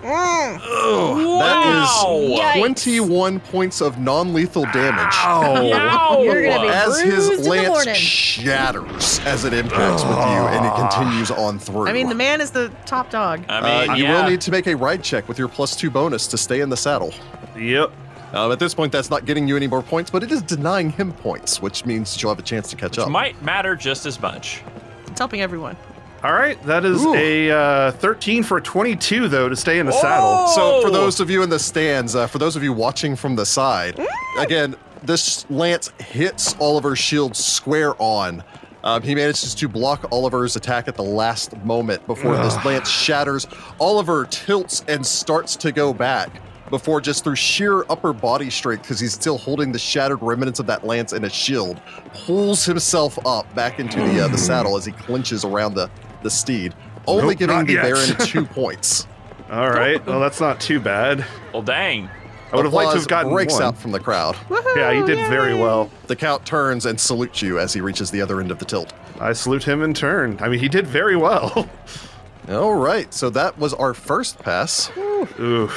A: That
B: Wow.
A: is 21 points of non lethal damage. Oh.
B: Ow.
D: You're gonna be-
A: as
D: bruised in
A: his
D: the
A: lance
D: morning.
A: shatters as it impacts with you and it continues on through.
F: I mean, the man is the top dog.
B: Ah. I mean,
A: Uh, you
B: yeah.
A: will need to make a ride check with your plus two bonus to stay in the saddle.
C: [LAUGHS] Yep.
A: Um, at this point, that's not getting you any more points, but it is denying him points, which means that you'll have a chance to catch
B: Which
A: up.
B: might matter just as much.
F: It's helping everyone.
C: All right. That is
A: Ooh.
C: a uh, 13 for a 22, though, to stay in the saddle.
A: so, for
B: Oh.
A: those of you in the stands, uh, for those of you watching from the side,
C: Mm.
A: again, this lance hits Oliver's shield square on. Um, he manages to block Oliver's attack at the last moment before this lance shatters. Oliver tilts and starts to go back before just through sheer upper body strength, because he's still holding the shattered remnants of that lance in a shield, pulls himself up back into the,
C: [SIGHS]
A: uh, the saddle as he clinches around the, the steed, only
C: Nope,
A: giving
C: not
A: the
C: yet. [LAUGHS]
A: Baron two points.
C: All right. Well, that's not too bad.
B: Well, dang.
C: I would have liked to
A: Applause
C: have gotten
A: breaks
C: one.
A: out from the crowd.
C: Yeah, you did very well.
A: The count turns and salutes you as he reaches the other end of the tilt.
C: I salute him in turn. I mean, he did very well. [LAUGHS]
A: All right, so that was our first pass.
C: Ooh.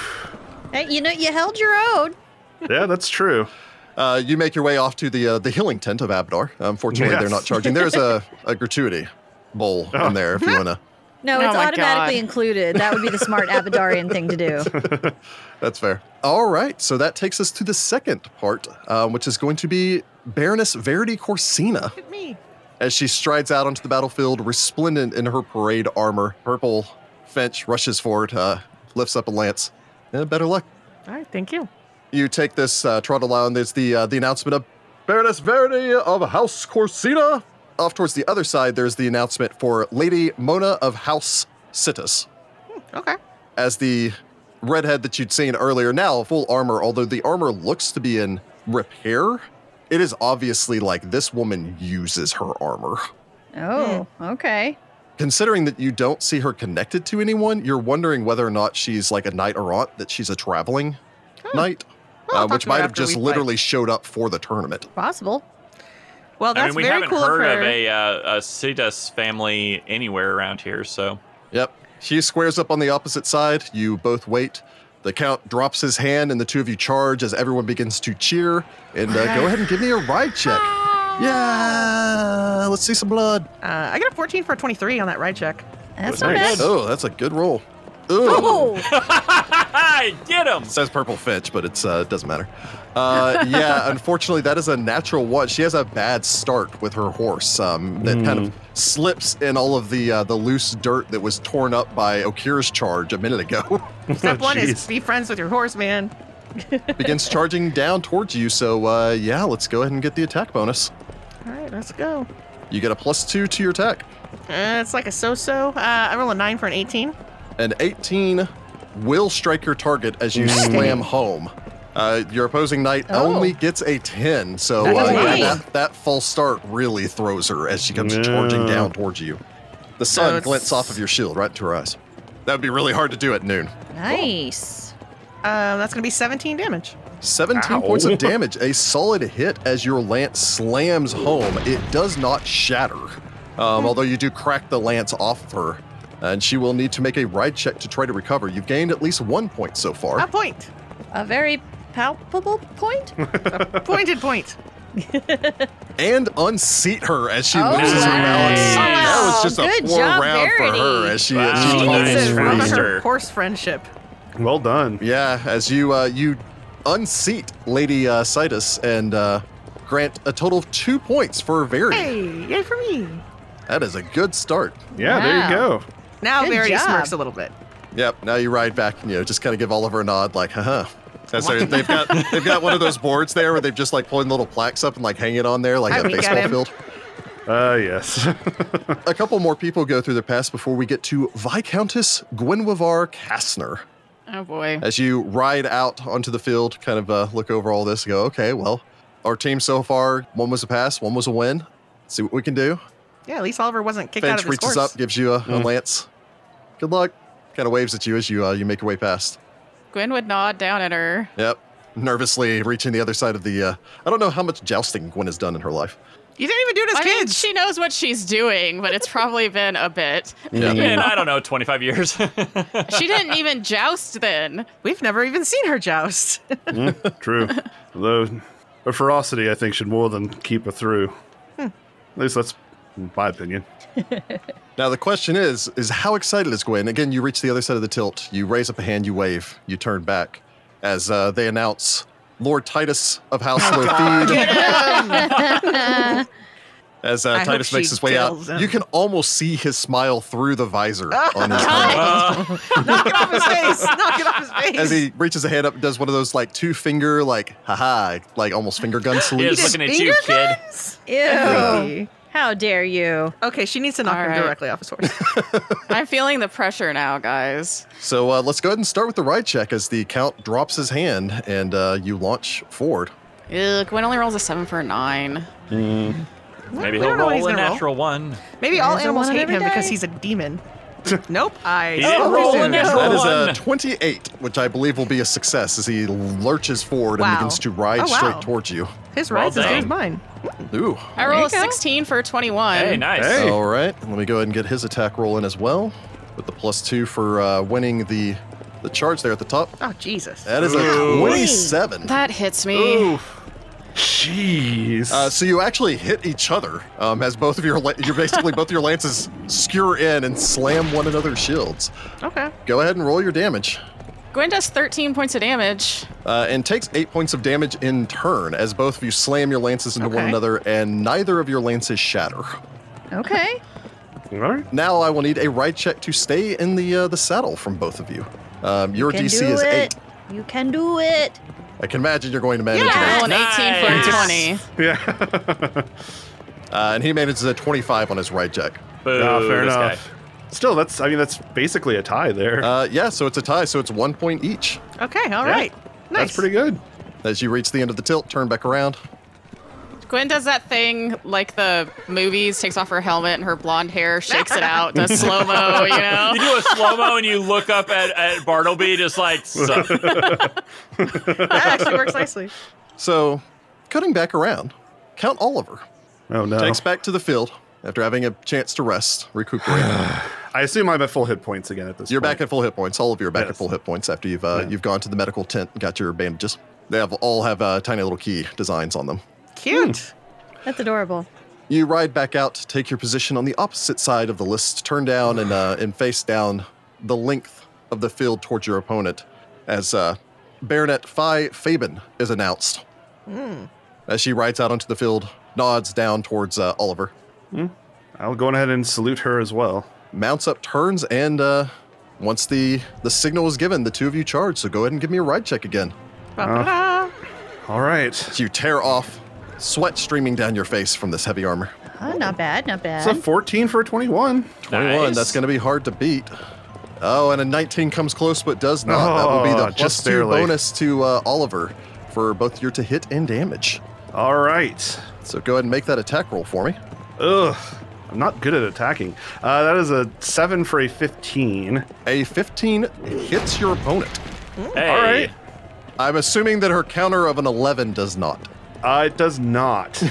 D: Hey, you know, you held your own.
C: Yeah, that's true.
A: Uh, you make your way off to the uh, the healing tent of Abdar. Unfortunately,
C: Yes. Oh.
A: they're not charging. There's
C: [LAUGHS]
A: a, a gratuity bowl in there if you want to.
D: No,
E: Oh
D: it's
E: my
D: automatically
E: God.
D: included. That would be the smart [LAUGHS] Abadarian thing to [LAUGHS] do.
A: That's fair. All right, so that takes us to the second part, uh, which is going to be Baroness Verity Corsina.
F: Look at me.
A: As she strides out onto the battlefield, resplendent in her parade armor, purple Finch rushes forward, uh, lifts up a lance. Eh, better luck.
F: All right, thank you.
A: You take this uh, trot along. There's the uh, the announcement of Baroness Verity of House Corsina. Off towards the other side, there's the announcement for Lady Mona of House Citus.
F: Okay.
A: as the redhead that you'd seen earlier, now full armor, although the armor looks to be in repair, it is obviously like this woman uses her armor.
D: Oh, okay.
A: Considering that you don't see her connected to anyone, you're wondering whether or not she's like a knight errant, that she's a traveling knight,
F: Oh. Well, I'll
A: uh,
F: talk
A: which
F: to her
A: might have
F: after we
A: just
F: fight.
A: literally showed up for the tournament.
D: Possible.
F: Well, that's
B: I mean, we
F: very
B: haven't
F: cool
B: heard
F: of her.
B: of a uh, a Cetus family anywhere around here, so
A: Yep. She squares up on the opposite side. You both wait. The count drops his hand, and the two of you charge as everyone begins to cheer. And uh, go ahead and give me a ride check.
F: Ah.
A: Yeah, let's see some blood.
F: Uh, I got a 14 for a 23 on that ride check.
C: That's
D: That's not
C: nice.
D: bad.
A: Oh, that's a good roll. Ooh.
D: Oh,
B: I get him.
A: It says purple fitch, but it's uh, it doesn't matter. Uh, yeah, unfortunately, that is a natural one. She has a bad start with her horse um, that kind of slips in all of the uh, the loose dirt that was torn up by Okir's charge a minute ago. [LAUGHS]
F: Step
C: Oh,
F: one is
C: jeez.
F: be friends with your horse, man.
A: Begins charging down towards you. So uh, yeah, let's go ahead and get the attack bonus.
F: All right, let's go.
A: You get a plus two to your attack.
F: Uh, it's like a so-so. Uh, I roll a nine for an 18.
A: An 18 will strike your target as you slam home. Uh, your opposing knight
D: Oh.
A: only gets a 10, so
D: That
A: uh,
D: doesn't
A: yeah,
D: mean.
A: that, that false start really throws her as she comes
C: Yeah.
A: charging down towards you. The sun
F: it's-
A: glints off of your shield right into her eyes. That would be really hard to do at noon.
D: [LAUGHS] nice.
F: Um, that's gonna be 17 damage.
A: 17
C: Ow.
A: points of damage, a solid hit as your lance slams home. It does not shatter, um, although you do crack the lance off of her, and she will need to make a ride check to try to recover. You've gained at least one point so far.
F: A point.
D: A very palpable
A: [LAUGHS]
D: point.
F: Pointed
B: [LAUGHS]
F: point.
A: and unseat her as she
D: Oh,
A: loses her balance.
B: nice.
A: That was just a
D: Good
A: poor
D: job,
A: round for her
D: Verity.
A: as she,
B: Wow.
A: she
B: Nice
A: falls
F: Jesus,
A: free.
F: remember
B: rooster.
F: her horse friendship.
C: Well done.
A: Yeah, as you uh, you unseat Lady uh, Citus and uh, grant a total of two points for Verity.
F: Hey, yay for me.
A: That is a good start.
C: Yeah, there you
D: Wow.
C: go.
F: Now
D: Good
F: Verity
D: job.
F: smirks a little bit.
A: Yep. Now you ride back and you know just kind of give Oliver a nod, like, haha. That's their- they've got they've got one of those boards there where they've just like pulling little plaques up and like hanging on there like
F: I
A: a
F: wink at
A: baseball
F: him.
A: field.
C: Uh, yes. [LAUGHS]
A: A couple more people go through the pass before we get to Viscountess Gwenwivar Kastner.
E: Oh boy.
A: As you ride out onto the field, kind of uh, look over all this and go, okay, well, our team so far, one was a pass, one was a win. see what we can do.
F: Yeah, at least Oliver wasn't kicked out
A: Finch
F: of his
A: reaches
F: horse.
A: up, gives you a, a lance. Good luck. Kind of waves at you as you uh, you make your way past.
E: Gwen would nod down at her.
A: Yep. Nervously reaching the other side of the. Uh, I don't know how much jousting Gwen has done in her life.
F: You didn't even do it as
E: I mean,
F: kids.
E: she knows what she's doing, but it's probably been a bit.
A: Yeah.
B: And I don't know, 25 years. [LAUGHS]
E: She didn't even joust then.
F: We've never even seen her joust. [LAUGHS]
C: True. Though a ferocity, I think, should more than keep her through.
F: Hmm.
C: At least that's my opinion.
A: Now the question is: is how excited is Gwen? Again, you reach the other side of the tilt. You raise up a hand. You wave. You turn back as uh, they announce Lord Titus of House Lothian.
F: [LAUGHS]
A: As
F: I
A: uh,
F: hope
A: Titus
F: she
A: makes his way out,
F: kills him.
A: you can almost see his smile through the visor on
F: [LAUGHS]
A: his helmet.
F: Knock it off his
D: [LAUGHS]
F: face. Knock it off his face.
A: As he reaches a hand up, and does one of those like two finger, like haha, like almost finger
F: [LAUGHS]
A: gun
B: he
A: salutes.
B: is looking at you,
F: Finger
B: kid.
F: guns?
D: Ew.
F: Hey.
D: How dare you?
F: Okay, she needs to knock
E: All
F: him
E: right.
F: directly off his
D: [LAUGHS]
F: horse.
E: I'm feeling the pressure now, guys.
A: So uh, let's go ahead and start with the ride check as the count drops his hand and uh, you launch forward.
E: Ugh, Gwen only rolls a seven for a nine.
B: Maybe
F: We
B: he'll
F: don't know what he's
B: roll a
F: gonna roll.
B: natural one.
F: Maybe all
D: There's a
F: animals
D: one
F: hate
D: every
F: him because
D: day.
F: he's
A: [LAUGHS]
F: a demon. nope. I
B: He didn't
F: still
B: roll
F: presume
B: a
F: that.
B: natural
A: That is a
B: one.
A: 28, which I believe will be a success as he lurches forward and
F: Wow.
A: begins to ride
F: Oh, wow.
A: straight towards you.
F: His
B: Well
F: ride's as good as
B: dang.
F: mine.
A: Ooh.
E: I roll
D: you
E: a
D: go.
E: 16 for a 21.
B: Hey, nice.
C: Hey.
A: All right. Let me go ahead and get his attack roll in as well with the plus two for uh, winning the, the charge there at the top.
F: Oh Jesus.
A: That is a
C: Ooh.
A: 27.
E: That hits me.
C: Jeez.
A: Uh, so you actually hit each other um, as both of your la- you're basically both of your lances skewer in and slam one another's shields.
F: Okay.
A: Go ahead and roll your damage.
E: Gwen does 13 points of damage.
A: uh, and takes eight points of damage in turn as both of you slam your lances into one
F: Okay.
A: another and neither of your lances shatter.
D: Okay.
C: All right.
A: Now I will need a right check to stay in the uh, the saddle from both of you. Um, your
D: Can
A: DC
D: do
A: is
D: it.
A: eight.
D: You can do it.
A: I can imagine you're going to manage
E: I roll an 18
B: Nice.
E: for a 20.
C: Yeah.
A: that. Uh, and he manages a 25 on his right check.
B: Boo,
C: Ah, fair
B: this
C: enough.
B: guy.
C: Still, that's I mean that's basically a tie there.
A: Uh, yeah, so it's a tie, so it's one point each.
F: [LAUGHS] Okay, all
C: Yeah.
F: right. Nice.
C: That's pretty good.
A: As you reach the end of the tilt, turn back around.
E: Gwen does that thing like the movies, takes off her helmet and her blonde hair, shakes it out, does slow mo, you know?
B: You do a slow mo and you look up at, at Bartleby, just like, "Sup?"
F: [LAUGHS] That
C: [LAUGHS]
F: actually works nicely.
C: Hmm.
A: So, cutting back around, Count Oliver
C: Oh no.
A: takes back to the field after having a chance to rest, recuperate.
C: I assume I'm at full hit points again at this
A: You're
C: point.
A: back at full hit points. All of you are back at
C: Yes.
A: full hit points after you've uh, you've gone to the medical tent, and got your bandages. They have all have uh, tiny little key designs on them.
F: Cute.
D: That's adorable.
A: You ride back out, take your position on the opposite side of the list, turn down and uh, and face down the length of the field towards your opponent, as uh, Baronet Phi Faben is announced. As she rides out onto the field, nods down towards uh, Oliver,
C: I'll go on ahead and salute her as well.
A: mounts up, turns, and uh, once the the signal is given, the two of you charge. So go ahead and give me a ride check again.
C: Uh,
F: Ba-ba-ba.
C: All right.
A: So you tear off, sweat streaming down your face from this heavy armor.
D: Oh, not bad, not bad.
C: It's a 14 for a 21.
A: 21,
B: Nice.
A: that's going to be hard to beat. Oh, and a 19 comes close but does not. that will be the
C: Oh,
A: plus
C: just
A: two
C: barely.
A: bonus to uh, Oliver for both your to hit and damage.
C: All right.
A: So go ahead and make that attack roll for me.
C: Ugh. I'm not good at attacking. Uh, that is a 7 for a 15.
A: A 15 hits your opponent.
B: Hey.
C: All right.
A: I'm assuming that her counter of an 11 does not.
C: Uh, it
B: [LAUGHS]
C: does not.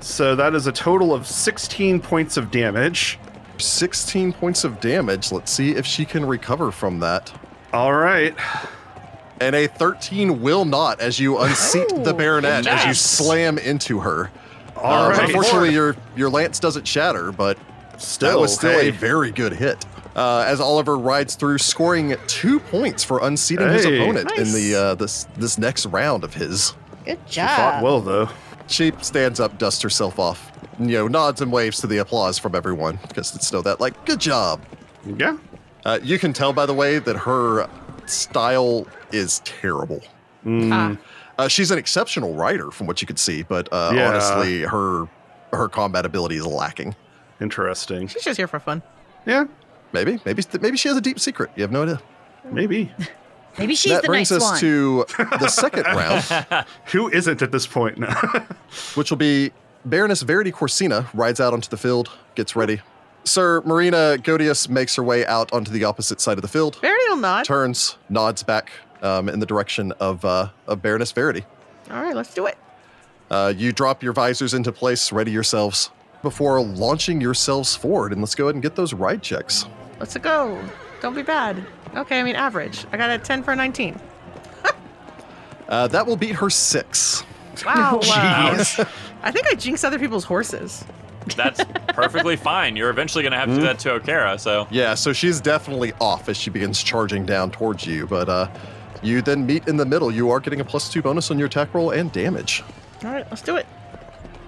C: so that is a total of 16 points of damage.
A: 16 points of damage. Let's see if she can recover from that.
C: All right.
A: And a 13 will not as you unseat the baronet as you
B: nice.
A: slam into her.
C: Oh, All
A: Uh,
C: right.
A: Unfortunately, your your lance doesn't shatter, but that
C: Still,
A: was still a
C: hey.
A: very good hit. Uh, as Oliver rides through, scoring two points for unseating his
C: Hey.
A: opponent in
F: Nice.
A: the uh, this this next round of his.
D: Good
C: Fought
D: job.
C: well, though.
A: She stands up, dusts herself off, you know, nods and waves to the applause from everyone because it's still that like good job.
C: Yeah.
A: Uh, you can tell by the way that her style is terrible.
C: hmm.
E: Ah.
A: Uh, she's an exceptional writer, from what you could see, but uh,
C: Yeah.
A: honestly, her her combat ability is lacking.
C: Interesting.
F: She's just here for fun.
C: Yeah.
A: Maybe, maybe, maybe she has a deep secret. You have no idea.
B: [LAUGHS]
C: Maybe.
D: Maybe she's
A: that
D: the nice
A: brings us
D: one.
A: to the second round,
C: Who isn't at this point? [LAUGHS] No.
A: which will be Baroness Verity Corsina rides out onto the field, gets ready. Sir Marina Godius makes her way out onto the opposite side of the field,
F: Verity will nod.
A: turns, nods back um, in the direction of uh, of Baroness Verity.
F: All right, let's do it.
A: Uh, you drop your visors into place, ready yourselves before launching yourselves forward, and let's go ahead and get those ride checks.
F: Let's go. Don't be bad. Okay, I mean average. I got a 10 for
C: [LAUGHS]
F: a 19.
A: Uh, that will beat her six.
F: Wow. wow.
C: Jeez.
F: I think I jinx other people's horses.
B: That's perfectly fine. You're eventually going to have to do that to Okara, so.
A: Yeah, so she's definitely off as she begins charging down towards you, but uh, you then meet in the middle. You are getting a plus two bonus on your attack roll and damage.
F: All right, let's do it.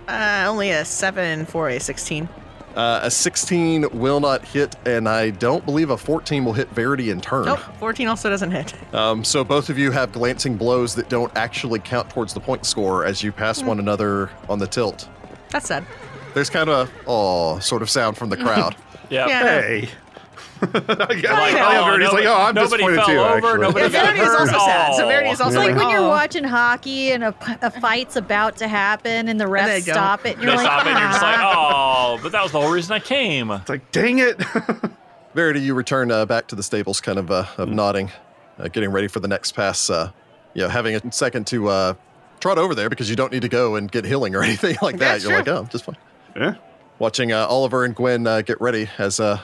F: Uh, only a 7 for a 16.
A: Uh, a 16 will not hit, and I don't believe a 14 will hit Verity in turn.
F: Nope, 14 also doesn't hit.
A: Um, so both of you have glancing blows that don't actually count towards the point score as you pass one another on the tilt.
F: That's sad.
A: There's kind of oh sort of sound from the
F: [LAUGHS]
A: crowd.
B: Yeah.
F: Yeah.
C: hey. [LAUGHS]
F: know.
C: Everybody's like, oh, I'm
B: nobody
C: disappointed
B: fell
C: too,
B: over.
C: actually.
B: Nobody
F: Yeah,
B: got
F: Verity is
B: hurt.
F: also sad. So
B: Oh.
F: Verity is also
D: It's like when you're
F: "Aw."
D: watching hockey and a, a fight's about to happen and the refs
F: they don't.
D: stop it. And
B: They
D: you're like,
B: stop it and you're just like,
D: "Ah."
B: oh, but that was the whole reason I came.
C: It's like, dang it. [LAUGHS]
A: Verity, you return uh, back to the stables, kind of, uh, of nodding, uh, getting ready for the next pass. Uh, you know, having a second to uh, trot over there because you don't need to go and get healing or [LAUGHS] anything like that.
F: That's
A: You're like,
F: true.
A: oh, I'm just fine.
C: yeah.
A: Watching uh, Oliver and Gwen uh, get ready as uh,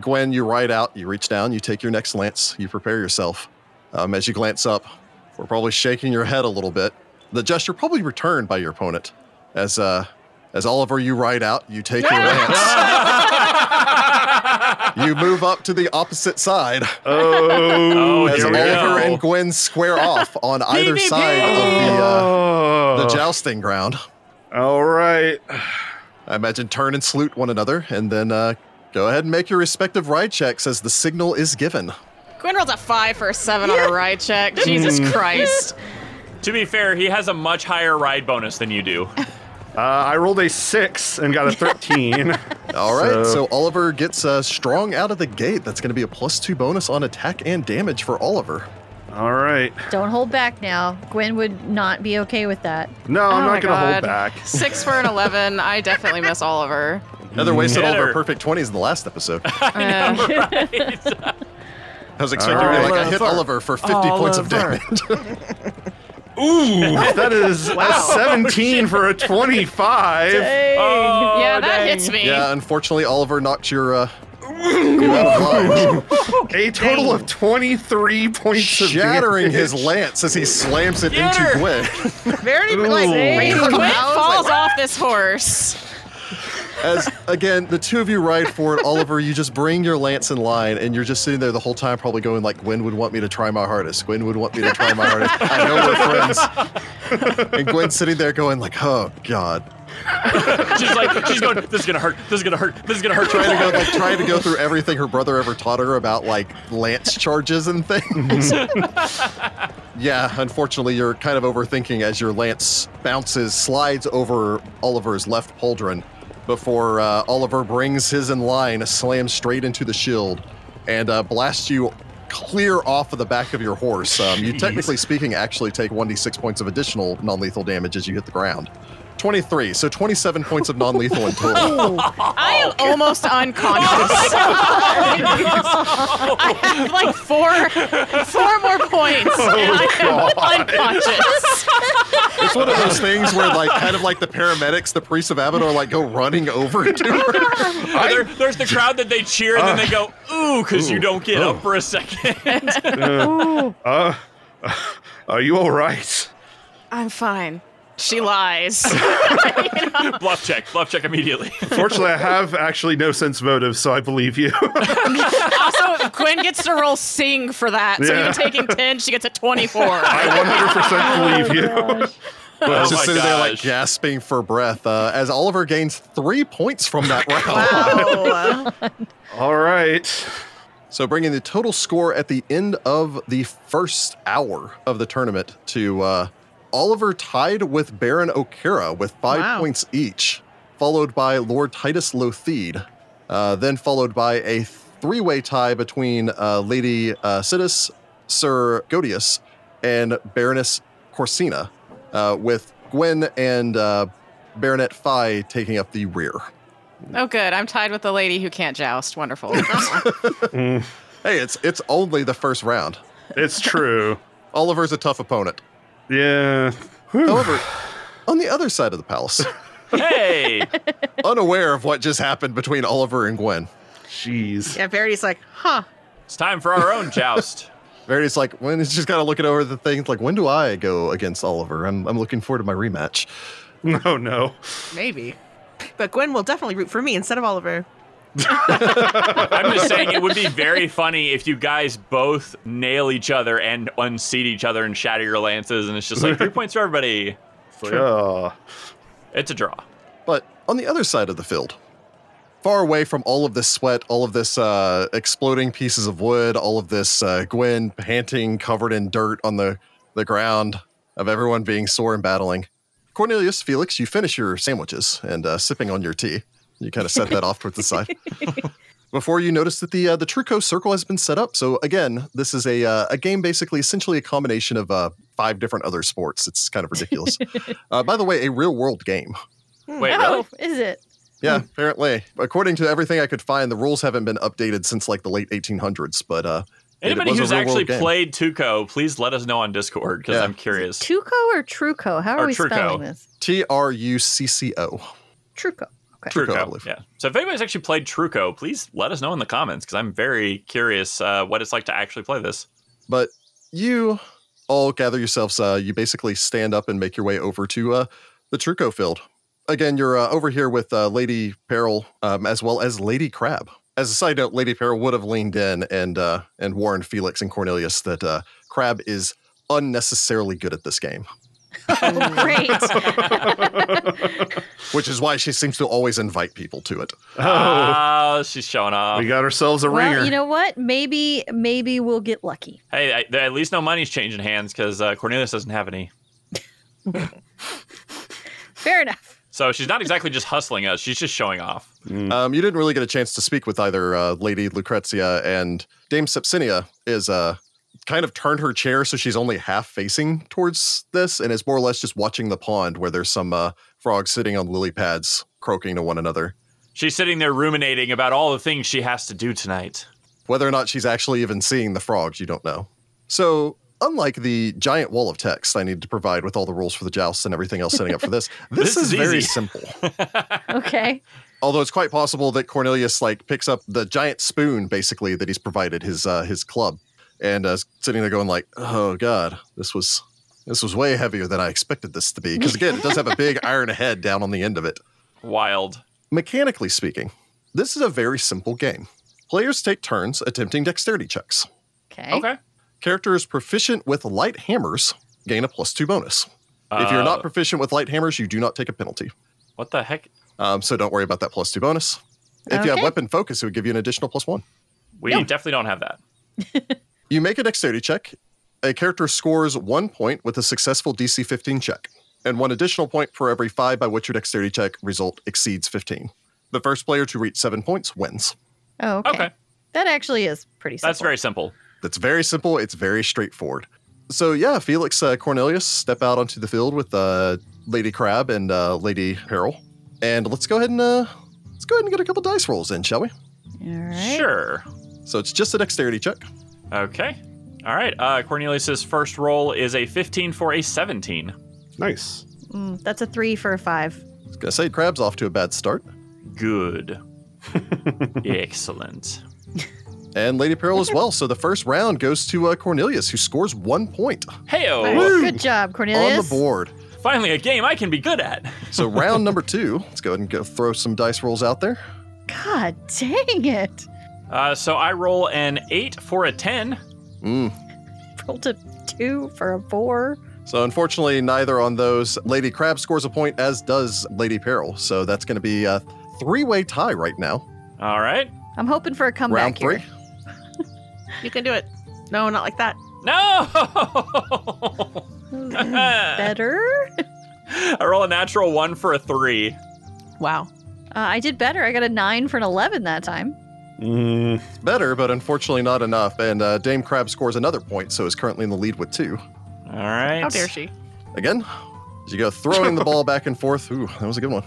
A: Gwen, you ride out, you reach down, you take your next lance, you prepare yourself. Um, as you glance up, we're probably shaking your head a little bit. The gesture probably returned by your opponent as uh, as Oliver, you ride out, you take your lance,
B: [LAUGHS]
A: you move up to the opposite side
C: Oh,
B: Oh,
A: as
B: here we
A: Oliver
B: go.
A: and Gwen square off on either
B: PvP.
A: side of
C: Oh.
A: the, uh, the jousting ground.
C: All right.
A: I imagine turn and salute one another, and then uh, go ahead and make your respective ride checks as the signal is given.
E: Gwen rolls a five for a seven on a ride check. Jesus Christ.
B: To be fair, he has a
D: [LAUGHS]
B: much higher ride bonus than you do.
C: Uh, I rolled a six and got a 13.
A: All right, so,
C: So-
A: Oliver gets uh, strong out of the gate. That's going to be a plus two bonus on attack and damage for Oliver.
C: [LAUGHS] All right.
D: Don't hold back now. Gwen would not be okay with that.
C: No,
E: Oh
C: I'm
E: my
C: not going to
E: God.
C: hold back.
E: Six for an 11. I definitely miss Oliver.
A: Heather wasted all of her
B: Heather.
A: perfect 20s in the last episode. I
E: [LAUGHS] Uh,
A: was expecting to be like, I hit Oliver for 50 points of
B: Oliver.
A: damage.
B: Ooh.
C: That is a 17 for
E: [LAUGHS]
C: a 25.
B: Oh,
E: yeah, that
B: dang.
E: hits me.
A: yeah, unfortunately, Oliver knocked your. [LAUGHS] Uh, you out of [LAUGHS] line.
C: A total of 23 points
A: shattering
C: of [LAUGHS] damage.
A: his lance as he slams it
B: Get
A: into
B: her.
A: Gwen.
F: Very like
C: Ooh.
D: [LAUGHS]
F: raining
E: Quinn
F: clouds,
E: falls
F: like,
E: off this horse.
A: As again, the two of you ride forward. Oliver, you just bring your lance in line, and you're just sitting there the whole time, probably going like, "Gwen would want me to try my hardest. Gwen would want me to try my hardest. I know we're friends." And Gwen's sitting there going like, "Oh God."
B: She's like, she's going, this is going to hurt. This is going to hurt. This is going to hurt.
A: [LAUGHS] Trying to go, like, trying to go through everything her brother ever taught her about like lance charges and things. [LAUGHS] yeah, unfortunately, you're kind of overthinking as your lance bounces, slides over Oliver's left pauldron before uh, Oliver brings his in line, slams straight into the shield, and uh, blasts you clear off of the back of your horse. Um, you
B: Jeez.
A: technically speaking actually take 1d6 points of additional non-lethal damage as you hit the ground. 23, so 27 points of non-lethal in total.
E: I am almost unconscious. [LAUGHS] I have like four, four more points, and [LAUGHS] I am unconscious.
A: It's one of those things where, like, kind of like the paramedics, the priests of Abbott are like go running over [LAUGHS] to her.
B: Are there- there's the crowd that they cheer and then they go, ooh, because you don't get up for a second. [LAUGHS]
C: Are you all right?
E: I'm fine. She lies. [LAUGHS]
B: bluff check. Bluff check immediately.
C: Fortunately, I have actually no sense motive, so I believe you. [LAUGHS]
E: also, Quinn gets to roll sing for that. So
C: Yeah.
E: you're taking 10, she gets a 24.
C: I 100% believe you.
B: [LAUGHS] Oh
A: Just
B: my
A: sitting there, like
B: gosh.
A: gasping for breath, uh, as Oliver gains three points from that round.
D: [LAUGHS]
F: [LAUGHS] Wow.
C: All right.
A: So, bringing the total score at the end of the first hour of the tournament to uh, Oliver tied with Baron O'Kara with five
F: Wow.
A: points each, followed by Lord Titus Lothied, uh, then followed by a three way tie between uh, Lady uh, Sidis, Sir Godius, and Baroness Corsina, uh, with Gwen and uh, Baronet Phi taking up the rear.
E: oh, good. I'm tied with the lady who can't joust. Wonderful.
A: Hey, it's, it's only the first round.
C: It's true.
A: Oliver's a tough opponent.
C: Yeah.
A: However, on the other side of the palace,
B: hey.
A: unaware of what just happened between Oliver and Gwen,
C: Jeez.
F: yeah, Verity's like, huh.
B: It's time for our own joust.
A: Verity's like, when is just kind of looking over the things like, when do I go against Oliver? I'm, I'm looking forward to my rematch.
C: No, no.
F: Maybe. But Gwen will definitely root for me instead of Oliver.
B: I'm just saying it would be very funny if you guys both nail each other and unseat each other and shatter your lances, and it's just like three points for everybody.
C: It's like, oh.
B: It's a draw.
A: But on the other side of the field, far away from all of this sweat, all of this uh, exploding pieces of wood, all of this uh, Gwen panting, covered in dirt on the, the ground, of everyone being sore and battling. Cornelius, Felix, you finish your sandwiches and uh, sipping on your tea. You kind of set that off towards the side. Before you notice that the uh, the Truco circle has been set up. So again, this is a uh, a game basically essentially a combination of uh, five different other sports. It's kind of ridiculous. uh, by the way, a real world game.
B: Wait, really?
D: Oh, is it?
A: Yeah,
B: Hmm.
A: apparently. According to everything I could find, the rules haven't been updated since like the late 1800s. But uh, it
B: Anybody
A: was a
B: who's
A: real-world
B: actually
A: game.
B: played Tuco, please let us know on Discord because
A: Yeah.
B: I'm curious.
D: Tuco or Truco? How are
B: Or
D: we
B: Truco.
D: spelling this?
A: T R U C C O.
D: Truco. Okay.
A: Truco, I believe.
B: Yeah. So if anybody's actually played Truco, please let us know in the comments because I'm very curious uh, what it's like to actually play this.
A: But you all gather yourselves. Uh, you basically stand up and make your way over to uh, the Truco field. Again, you're uh, over here with uh, Lady Peril um, as well as Lady Crab. As a side note, Lady Peril would have leaned in and uh, and warned Felix and Cornelius that uh, Crab is unnecessarily good at this game,
D: [LAUGHS]
B: [LAUGHS]
D: Great.
A: which is why she seems to always invite people to it.
C: Oh.
B: Oh, she's showing off.
C: we got ourselves a ringer.
D: well, you know what? Maybe maybe we'll get lucky.
B: hey, I, at least no money's changing hands because uh, Cornelius doesn't have any.
D: Fair enough.
B: So she's not exactly just hustling us; she's just showing off.
A: Um, you didn't really get a chance to speak with either uh, Lady Lucrezia and Dame Sepsinia is uh, kind of turned her chair so she's only half facing towards this and is more or less just watching the pond where there's some uh, frogs sitting on lily pads croaking to one another.
B: She's sitting there ruminating about all the things she has to do tonight.
A: Whether or not she's actually even seeing the frogs, you don't know. So, unlike the giant wall of text I need to provide with all the rules for the jousts and everything else setting up
B: [LAUGHS]
A: for this, this,
B: This is
A: is, very
B: easy.
A: simple.
D: Okay.
A: Although it's quite possible that Cornelius like picks up the giant spoon basically that he's provided his uh, his club and uh, sitting there going like, "Oh god, this was this was way heavier than I expected this to be." Cuz again, it does have a big iron head down on the end of it.
B: Wild.
A: Mechanically speaking, this is a very simple game. Players take turns attempting dexterity checks.
B: [LAUGHS]
D: Okay.
B: Okay.
A: Characters proficient with light hammers gain a plus 2 bonus. if you're not
B: Uh,
A: proficient with light hammers, you do not take a penalty.
B: What the heck?
A: Um, so don't worry about that plus 2 bonus. If you have
D: Okay.
A: weapon focus, it would give you an additional plus 1.
B: We definitely don't have that.
A: You make a dexterity check. A character scores one point with a successful DC 15 check, and one additional point for every five by which your dexterity check result exceeds 15. The first player to reach seven points wins.
D: Oh, okay.
B: Okay.
D: That actually is pretty simple.
B: That's very simple.
A: That's very simple, it's very straightforward. So, yeah, Felix uh, Cornelius, step out onto the field with uh, Lady Crab and uh, Lady Harrel. And let's go ahead and uh, let's go ahead and get a couple dice rolls in, shall we?
D: All right.
B: Sure.
A: So it's just a dexterity check.
B: Okay. All right. Uh, Cornelius's first roll is a 15 for a 17.
C: Nice.
D: Mm, that's a three for a five.
A: I was gonna say Crab's off to a bad start,
B: Good. Excellent.
A: and Lady Peril as well. So the first round goes to uh, Cornelius, who scores one point.
D: Nice.
B: Heyo!
D: Good job, Cornelius.
A: on the board.
B: Finally, a game I can be good at.
A: So round number two. Let's go ahead and go throw some dice rolls out there.
D: God dang it.
B: Uh, so I roll an 8 for a 10.
A: Mm.
D: Rolled a two for a four.
A: So unfortunately, neither on those. Lady Crab scores a point, as does Lady Peril. So that's going to be a three-way tie right now.
B: All right.
D: I'm hoping for a comeback
A: round
D: here.
A: three.
F: You can do it. No, not like that.
E: [LAUGHS]
B: No! [LAUGHS]
D: Better? Uh,
B: I roll a natural 1 for a 3.
F: Wow.
D: Uh, I did better. I got a nine for an 11 that time.
C: Mm,
A: It's better, but unfortunately not enough. And uh, Dame Crab scores another point, so is currently in the lead with two.
B: All right.
E: How dare she?
A: Again, as you go throwing the ball back and forth. Ooh, that was a good one.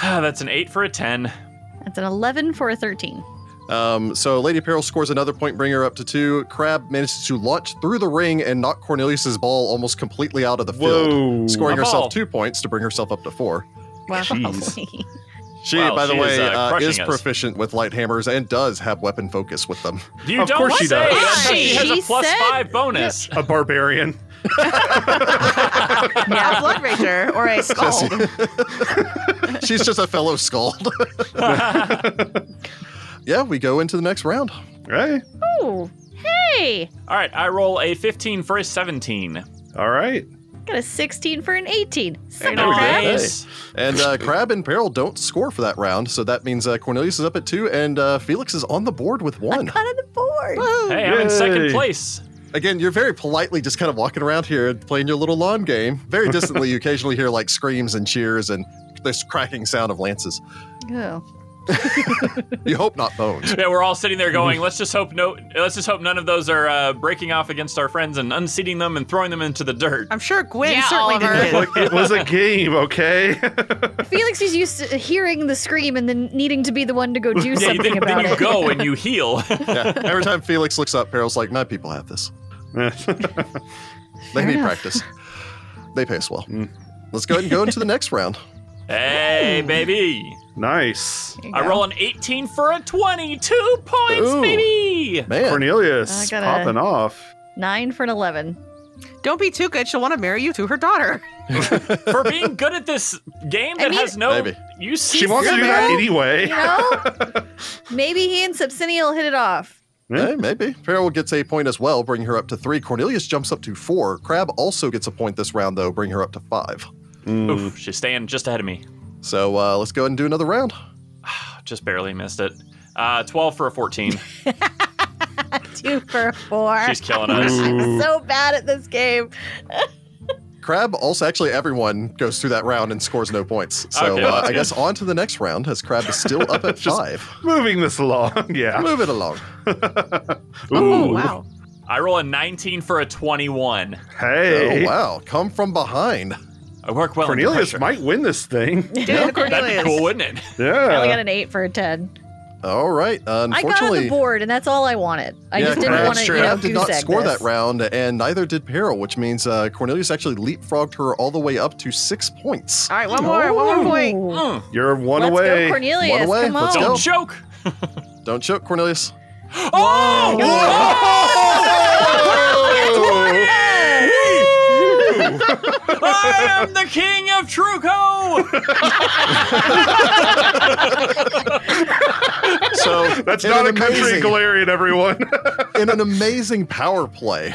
B: Ah, That's an 8 for a 10.
D: That's an 11 for a 13.
A: Um, so Lady Peril scores another point, bring her up to two. Crab manages to launch through the ring and knock Cornelius's ball almost completely out of the
C: Whoa.
A: field, scoring
B: A ball.
A: herself two points to bring herself up to four.
D: Wow. [LAUGHS]
C: Jeez.
A: She,
B: Wow,
A: by the
B: she is,
A: way, is,
B: uh,
A: uh,
B: crushing
A: is
B: us.
A: proficient with light hammers and does have weapon focus with them.
B: You
C: Of
B: don't
C: course she
B: say.
C: does.
B: That's how
D: She-
B: She has
D: she
B: a plus
D: said-
B: 5 bonus.
C: a barbarian.
F: Not a blood rager or a scald.
A: [LAUGHS] She's just a fellow [LAUGHS] scald. yeah, we go into the next round.
C: Hey.
D: Oh, hey.
B: All right. I roll a 15 for a 17.
C: All right.
D: Got a 16 for an 18. Suck
A: There we go.
D: it,
B: Nice.
A: And uh, Crab and Peril don't score for that round, so that means uh, Cornelius is up at two and uh, Felix is on the board with one.
D: Cut on the board.
B: Hey, I'm in second
C: Yay.
B: place.
A: Again, you're very politely just kind of walking around here and playing your little lawn game. Very distantly, you occasionally hear like screams and cheers and this cracking sound of lances.
D: Oh.
A: You hope not bones.
B: Yeah, we're all sitting there going, let's just hope no, let's just hope none of those are uh, breaking off against our friends and unseating them and throwing them into the dirt.
F: I'm sure Gwen
E: Yeah,
F: certainly
E: Oliver.
F: did.
C: Look, it was a game, okay? [LAUGHS]
D: Felix is used to hearing the scream and then needing to be the one to go do
B: yeah, you-
D: something
B: then, then
D: about
B: you
D: it.
B: go and you heal. [LAUGHS]
A: Yeah. Every time Felix looks up, Peril's like, my people have this. They
D: Fair
A: need
D: enough.
A: practice. They pay us well. Let's go ahead and go into the next round.
B: hey, baby.
C: nice.
D: There Hmm. you
B: I
D: go.
B: roll an 18 for a 22 points,
A: Ooh.
B: baby.
A: Man,
D: I
C: Cornelius
D: gotta-
C: popping off.
D: Nine for an 11.
F: Don't be too good. She'll want to marry you to her daughter.
B: For being good at this game that
D: I mean-
B: has no
A: Maybe.
B: use.
C: She wants to do that anyway.
D: [LAUGHS] You know? Maybe he and Subsidian will hit it off.
A: eh, maybe. Peril gets a point as well, bringing her up to three. Cornelius jumps up to four. Crab also gets a point this round, though, bringing her up to five.
C: Mm.
B: Oof, she's staying just ahead of me.
A: So uh, let's go ahead and do another round.
B: Just barely missed it. Uh, 12 for a
F: [LAUGHS]
B: 14.
D: Two for a four. [LAUGHS]
B: she's killing us.
D: I'm so bad at this game.
A: Crab also actually everyone goes through that round and scores no points. So
B: Okay,
A: uh,
B: that's
A: I
B: good.
A: guess on to the next round as Crab is still
C: [LAUGHS]
A: up at five.
C: Moving this along, [LAUGHS] yeah.
A: Move it along.
F: [LAUGHS] Oh, wow.
B: I roll a 19 for a 21.
A: Oh
C: Hey,
A: wow, come from behind.
B: I work well. under
C: Cornelius
B: pressure.
C: might win this
D: [LAUGHS]
C: thing.
F: Dude,
B: That'd be
F: Cornelius.
B: cool,
F: [LAUGHS]
B: wouldn't it?
D: I only got
C: Yeah.
D: an eight for a ten.
A: All right.
D: I got on
A: Uh, Unfortunately,
D: the board, and that's all I wanted. I just didn't
A: Crab-
D: want to, you
B: true.
D: know,
A: Crab did
D: goose
A: not
D: egg
A: score
D: this.
A: that round, and neither did Peril, which means uh, Cornelius actually leapfrogged her all the way up to six points.
F: All right, one more, one more point. [LAUGHS]
D: Ooh.
B: Mm,
C: You're one
D: Let's go,
C: away.
D: Cornelius.
A: One away,
D: Come
A: let's
D: on.
B: don't
A: go.
B: choke. Oh!
A: Don't choke,
C: [LAUGHS]
A: Cornelius.
C: Oh,
D: [LAUGHS]
B: I am the king of
F: [LAUGHS]
B: Truco.
A: So
C: That's
A: in
C: not a
A: an
C: country in
A: amazing,
C: Galarian, everyone. [LAUGHS]
A: In an amazing power play,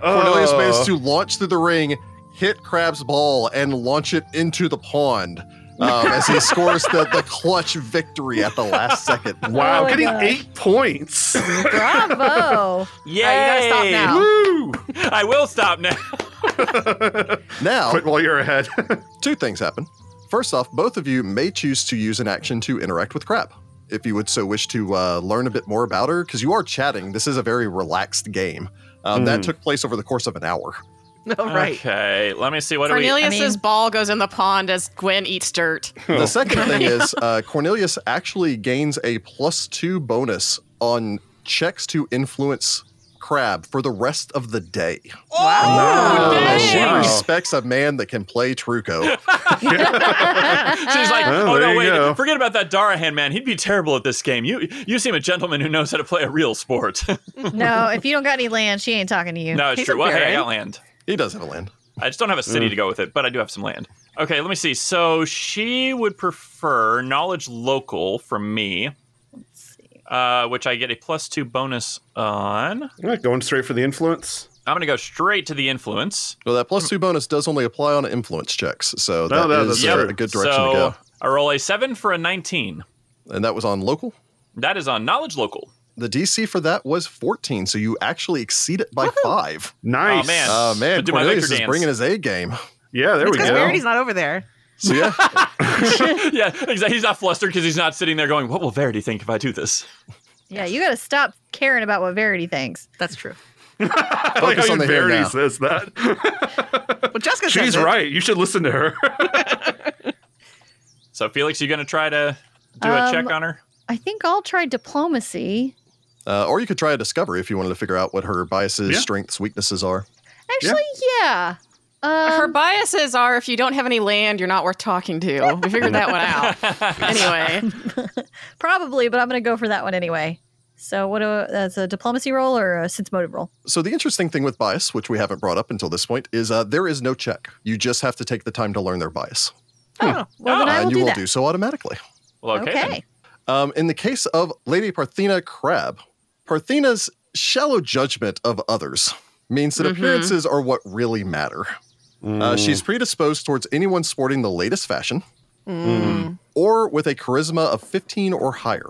A: Cornelius
C: Oh.
A: managed to launch through the ring, hit Crab's ball, and launch it into the pond um, as
C: [LAUGHS]
A: he scores the, the clutch victory at the last second.
D: Oh
C: Wow,
D: my
C: getting
D: gosh.
C: eight
D: [LAUGHS]
C: points.
A: [LAUGHS]
D: Bravo.
B: Yay!
F: you gotta stop
C: Woo!
B: I will stop now.
A: Now,
C: Quit while you're ahead. [LAUGHS]
A: two things happen. First off, both of you may choose to use an action to interact with Crab. If you would so wish to uh, learn a bit more about her, because you are chatting, this is a very relaxed game. Um,
C: Hmm.
A: That took place over the course of an hour.
F: All [LAUGHS] right.
B: Okay, let me see. What do we?
E: Cornelius's
D: I mean-
E: ball goes in the pond as Gwen eats dirt.
A: The second thing is uh, Cornelius actually gains a plus two bonus on checks to influence Crab for the rest of the day.
B: Oh,
C: Wow.
A: She
B: dang.
C: Wow.
A: respects a man that can play Truco.
B: She's like,
C: Oh,
B: oh,
C: there
B: no,
C: you
B: wait,
C: go.
B: forget about that Darahan man. He'd be terrible at this game. You, you seem a gentleman who knows how to play a real sport. [LAUGHS]
D: No, if you don't got any land, she ain't talking to you.
B: no, it's
F: He's
B: true.
F: a
B: Well, hey, I
F: baron.
B: got land.
A: he does have a land.
B: I just don't have a city to go with it, but I do have some land. Okay, let me see. So she would prefer knowledge local from me, uh, which I get a plus two bonus on. I'm
C: All right, Going straight for the influence.
B: going to go straight to the influence.
A: Well, that plus two bonus does only apply on influence checks, so
C: No,
A: that
C: no,
A: is
C: that's
A: uh,
C: true.
A: a good direction
B: so
A: to go.
B: I roll a seven for a 19.
A: and that was on local.
B: That is on knowledge local. [LAUGHS]
A: The DC for that was 14, so you actually exceed it by five.
C: Nice.
B: man.
A: Oh man,
B: But do my
A: Cornelius
B: Victor
A: is
B: dance.
A: bringing his A game.
C: Yeah, there we
F: Because
C: go.
F: Verity's not over there.
A: So yeah,
B: yeah, exa- he's not flustered because he's not sitting there going, what will Verity think if I do this?
D: Yeah, you got to stop caring about what Verity thinks.
F: That's true.
C: I like
A: Focus
C: how
A: on the here
C: Verity
A: now.
C: says that.
F: Well, Jessica says
C: [LAUGHS] She's [LAUGHS]
F: it.
C: right. You should listen to her. [LAUGHS]
B: So, Felix, you going to try to do a check
D: Um,
B: on her?
D: I think I'll try diplomacy.
A: uh, or you could try a discovery if you wanted to figure out what her biases,
C: Yeah.
A: strengths, weaknesses are.
D: Actually, yeah. Um,
E: Her biases are if you don't have any land, you're not worth talking to. We figured that one out. Anyway,
D: probably, but I'm going to go for that one anyway. So, what do that's a diplomacy roll or a sense motive roll?
A: So the interesting thing with bias, which we haven't brought up until this point, is uh, there is no check. You just have to take the time to learn their bias,
F: Oh,
D: Well, then I will
A: and you
D: do
A: will
D: that.
A: do so automatically.
B: Well, okay. then.
D: okay.
A: Um, in the case of Lady Parthena Crab, Parthena's shallow judgment of others means
D: Mm-hmm.
A: that appearances are what really matter. Uh, she's predisposed towards anyone sporting the latest fashion
F: Mm.
A: or with a charisma of 15 or higher.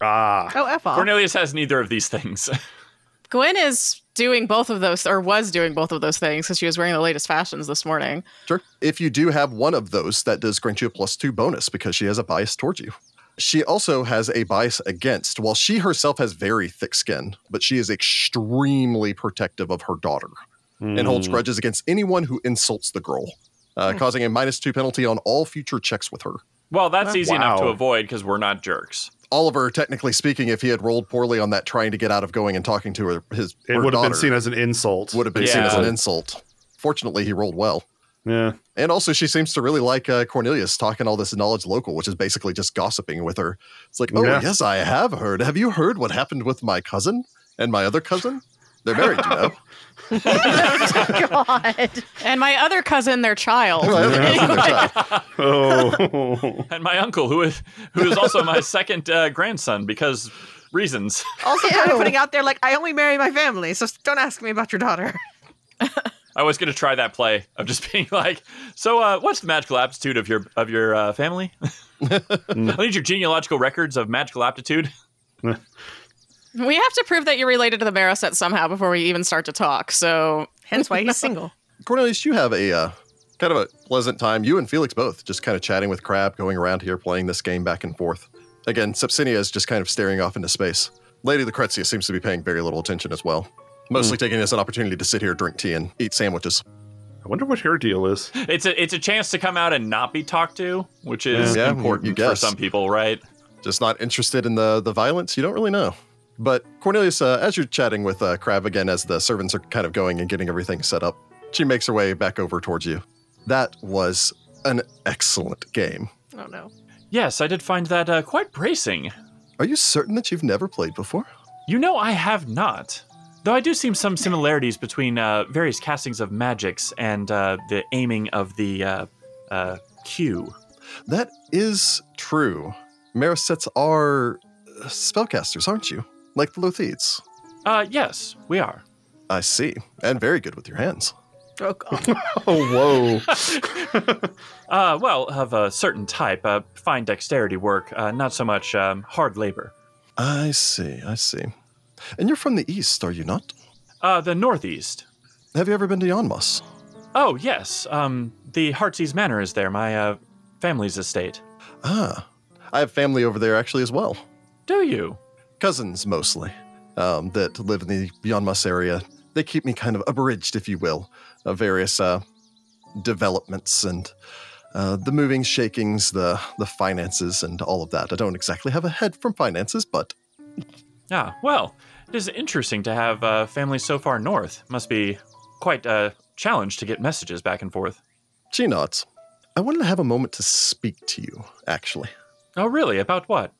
C: ah.
F: oh, F off.
B: Cornelius has neither of these things. [LAUGHS]
E: Gwen is doing both of those, or was doing both of those things because she was wearing the latest fashions this morning.
A: Sure. If you do have one of those, that does grant you a plus two bonus because she has a bias towards you. She also has a bias against, while she herself has very thick skin, but she is extremely protective of her daughter and
C: Hmm.
A: holds grudges against anyone who insults the girl, uh, causing a minus two penalty on all future checks with her.
B: Well, that's easy enough to
C: Wow.
B: avoid because we're not jerks.
A: Oliver, technically speaking, if he had rolled poorly on that trying to get out of going and talking to her, his
C: It
A: her
C: would have
A: daughter
C: been seen as an insult.
A: would have been seen as
B: Yeah.
A: an insult. Fortunately, he rolled well.
C: Yeah.
A: And also, she seems to really like uh, Cornelius talking all this knowledge local, which is basically just gossiping with her. It's like, oh,
C: Yeah.
A: yes, I have heard. Have you heard what happened with my cousin and my other cousin? They're married, you know.
D: [LAUGHS] God.
E: And my other cousin, their
A: My
E: child.
A: other cousin, their child.
C: Oh. [LAUGHS]
B: And my uncle, who is who is also
A: [LAUGHS]
B: my second uh, grandson, because reasons.
F: Also, kind of putting out there like I only marry my family, so don't ask me about your daughter.
B: I was going to try that play of just [LAUGHS] being like, so uh, what's the magical aptitude of your of your uh, family? [LAUGHS] I need your genealogical records of magical aptitude.
E: We have to prove that you're related to the Marrowset somehow before we even start to talk. So [LAUGHS]
F: [LAUGHS] Hence why he's single.
A: [LAUGHS] Cornelius, you have a uh, kind of a pleasant time. You and Felix both just kind of chatting with Crab, going around here, playing this game back and forth. Again, Sepsinia is just kind of staring off into space. Lady Lucrezia seems to be paying very little attention as well, mostly taking it as an opportunity to sit here, drink tea, and eat sandwiches.
C: I wonder what her deal is.
B: It's a it's a chance to come out and not be talked to, which is
A: Yeah, you- you
B: important for
A: guess.
B: some people, right?
A: just not interested in the the violence. You don't really know. But Cornelius, uh, as you're chatting with uh, Crab again, as the servants are kind of going and getting everything set up, she makes her way back over towards you. That was an excellent game.
F: Oh no.
B: Yes, I did find that uh, quite bracing.
A: Are you certain that you've never played before?
B: You know, I have not. Though I do see some similarities between uh, various castings of magics and uh, the aiming of the uh, uh, cue.
A: That is true. Marisets are uh, spellcasters, aren't you? Like the Lothians.
B: Uh, yes, we are.
A: I see. And very good with your hands.
F: Oh god.
C: Oh, whoa.
B: Uh, well, of a certain type, uh, fine dexterity work, uh, not so much um, hard labor.
A: [LAUGHS] I see. I see. And you're from the east, are you not?
B: Uh, the Northeast.
A: Have you ever been to Yanmas?
B: Oh, yes, um, the Heartsease Manor is there, my uh, family's estate.
A: Ah, I have family over there actually as well.
B: Do you?
A: Cousins mostly um, that live in the Yanmas area. They keep me kind of abridged, if you will, of various uh, developments and uh, the moving shakings, the the finances, and all of that. I don't exactly have a head from finances, but
B: Ah, well, it is interesting to have uh, family so far north. Must be quite a challenge to get messages back and forth.
A: she nods. I wanted to have a moment to speak to you, actually.
B: Oh, really? About what?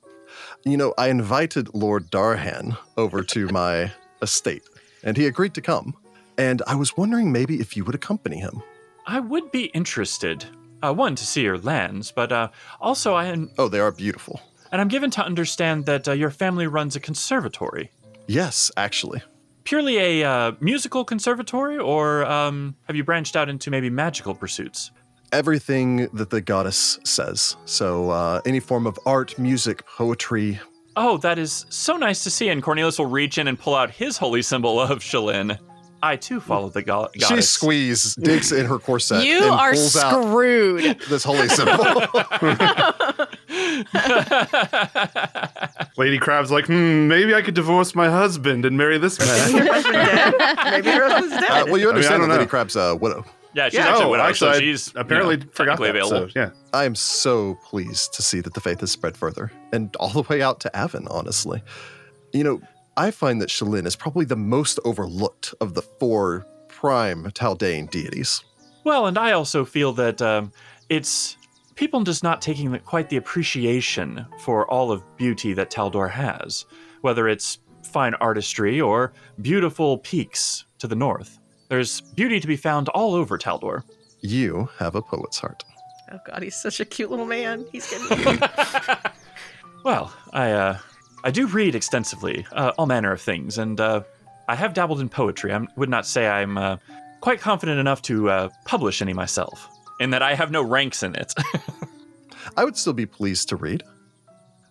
A: You know, I invited Lord Darhan over to my estate, and he agreed to come. And I was wondering maybe if you would accompany him.
B: I would be interested. Uh, one to see your lands, but uh, also I am,
A: Oh, they are beautiful.
B: and I'm given to understand that uh, your family runs a conservatory.
A: Yes, actually.
B: Purely a uh, musical conservatory, or um, have you branched out into maybe magical pursuits?
A: Everything that the goddess says. So, uh, any form of art, music, poetry.
B: Oh, that is so nice to see. And Cornelius will reach in and pull out his holy symbol of Shalin. I too follow the go- goddess.
A: She squeezes, digs in her corset,
E: You
A: and
E: are
A: pulls out
E: screwed.
A: this holy
E: [LAUGHS]
A: symbol. Uh,
C: Lady Crab's like, hmm, maybe I could divorce my husband and marry this [LAUGHS] man.
F: Maybe your husband's dead.
A: uh, well, you understand
C: don't
A: that Lady
C: know.
A: Crab's uh, widow.
B: Yeah, she's actually a
C: Oh,
B: widow, so
C: actually, I
B: she's you
C: apparently
B: know,
C: forgot
B: technically
C: that,
B: available.
C: so, yeah.
A: I am so pleased to see that the faith has spread further and all the way out to Avon, honestly. You know, I find that Shalin is probably the most overlooked of the four prime Taldane deities.
B: Well, and I also feel that um, it's people just not taking the, quite the appreciation for all of beauty that Taldor has, whether it's fine artistry or beautiful peaks to the north. There's beauty to be found all over Taldor.
A: You have a poet's heart.
F: Oh god, he's such a cute little man. He's
B: [LAUGHS]
F: getting [LAUGHS]
B: Well, I uh, I do read extensively, uh, all manner of things, and uh, I have dabbled in poetry. I would not say I'm uh, quite confident enough to uh, publish any myself, in that I have no ranks in it. [LAUGHS]
A: I would still be pleased to read.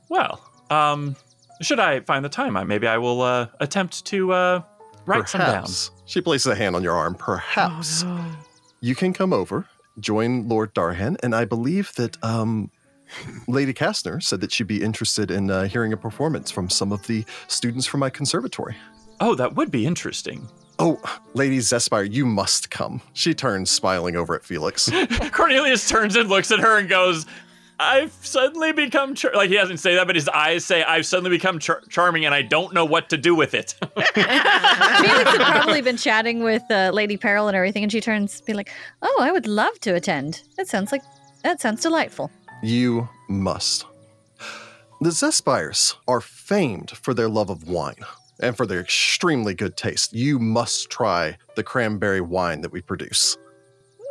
B: well, um, should I find the time, I maybe I will uh, attempt to uh, write some down.
A: Perhaps. She places a hand on your arm. Perhaps you can come over, join Lord Darhan, and I believe that um, Lady Kastner said that she'd be interested in uh, hearing a performance from some of the students from my conservatory.
B: Oh, that would be interesting. [LAUGHS]
A: Oh, Lady Zespire, you must come. She turns, smiling over at Felix.
B: Cornelius turns and looks at her and goes. I've suddenly become char-. like he doesn't say that, but his eyes say I've suddenly become char- charming, and I don't know what to do with it. [LAUGHS]
D: Felix had probably been chatting with uh, Lady Peril and everything, and she turns to be like, "Oh, I would love to attend. That sounds like that sounds delightful."
A: you must. The Zespires are famed for their love of wine and for their extremely good taste. You must try the cranberry wine that we produce.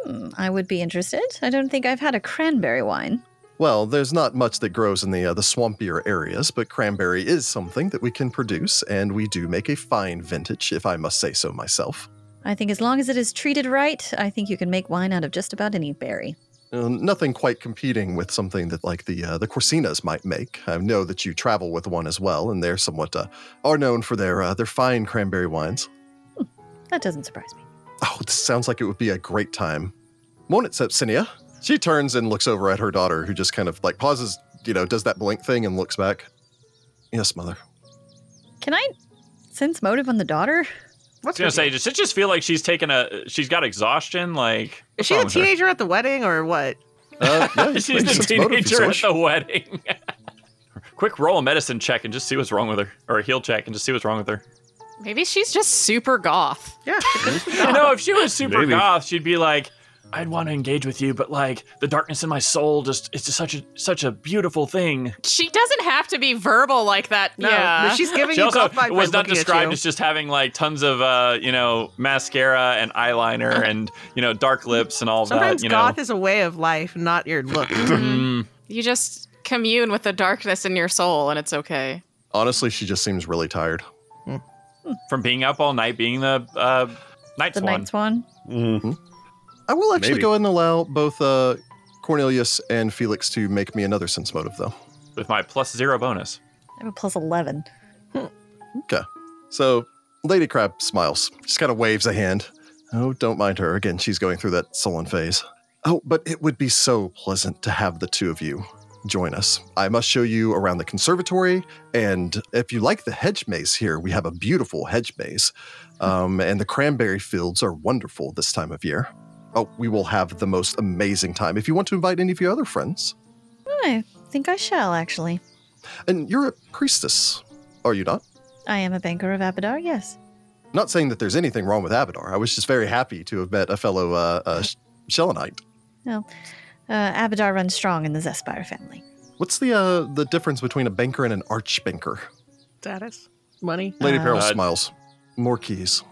D: Hmm, I would be interested. I don't think I've had a cranberry wine.
A: Well, there's not much that grows in the uh, the swampier areas, but cranberry is something that we can produce, and we do make a fine vintage, if I must say so myself.
D: I think as long as it is treated right, I think you can make wine out of just about any berry.
A: Uh, nothing quite competing with something that like the uh, the Corsinas might make. I know that you travel with one as well, and they're somewhat uh, are known for their uh, their fine cranberry wines.
D: That doesn't surprise me.
A: Oh, this sounds like it would be a great time. Won't it, Sepsinia? She turns and looks over at her daughter, who just kind of like pauses, you know, does that blink thing and looks back. Yes, mother.
D: Can I sense motive on the daughter?
F: What's
B: I
F: her
B: was gonna say,
F: deal?
B: does it just feel like she's taken a she's got exhaustion? Like what's
F: Is she
B: wrong
F: the
B: with her?
F: teenager at the wedding or what?
A: Uh, yeah, you
B: [LAUGHS] She's
A: can
B: the
A: sense motive if you
B: teenager at
A: wish.
B: the wedding. [LAUGHS] Quick roll a medicine check and just see what's wrong with her, or a heal check and just see what's wrong with her.
E: Maybe she's just super goth.
F: Yeah.
B: [LAUGHS] You know, if she was super
C: Maybe.
B: goth, she'd be like, "I'd want to engage with you, but like the darkness in my soul just it's just such a such a beautiful thing."
E: She doesn't have to be verbal like that.
F: No,
E: yeah.
F: but she's giving
B: She
F: you
B: also
F: goth vibe by
B: was not
F: looking at
B: described
F: you.
B: as just having like tons of uh, you know mascara and
F: [LAUGHS]
B: eyeliner and you know dark lips and all
F: Sometimes
B: that. You
F: goth
B: know,
F: is a way of life, not
B: [LAUGHS]
F: your look.
E: you just commune with the darkness in your soul, and it's okay.
A: Honestly, she just seems really tired.
B: from being up all night, being the uh, night
D: The
B: swan.
D: night swan.
C: Mm.
A: I will actually
C: Maybe.
A: go ahead and allow both uh, Cornelius and Felix to make me another sense motive, though.
B: with my plus zero bonus.
D: I have a plus 11.
A: Okay. So Lady Crab smiles, just kind of waves a hand. Oh, don't mind her. Again, she's going through that sullen phase. Oh, but it would be so pleasant to have the two of you join us. I must show you around the conservatory. And if you like the hedge maze here, we have a beautiful hedge maze. Um, and the cranberry fields are wonderful this time of year. Oh, we will have the most amazing time if you want to invite any of your other friends.
D: Oh, I think I shall, actually.
A: And you're a priestess, are you not?
D: I am a banker of Abadar, yes.
A: Not saying that there's anything wrong with Abadar. I was just very happy to have met a fellow uh, uh, Sh- Shellonite.
D: No. Uh, Abadar runs strong in the Zespire family.
A: What's the uh, the difference between a banker and an archbanker?
F: Status,
B: [LAUGHS]
F: money.
A: Lady Peril
B: Uh,
A: smiles. More keys.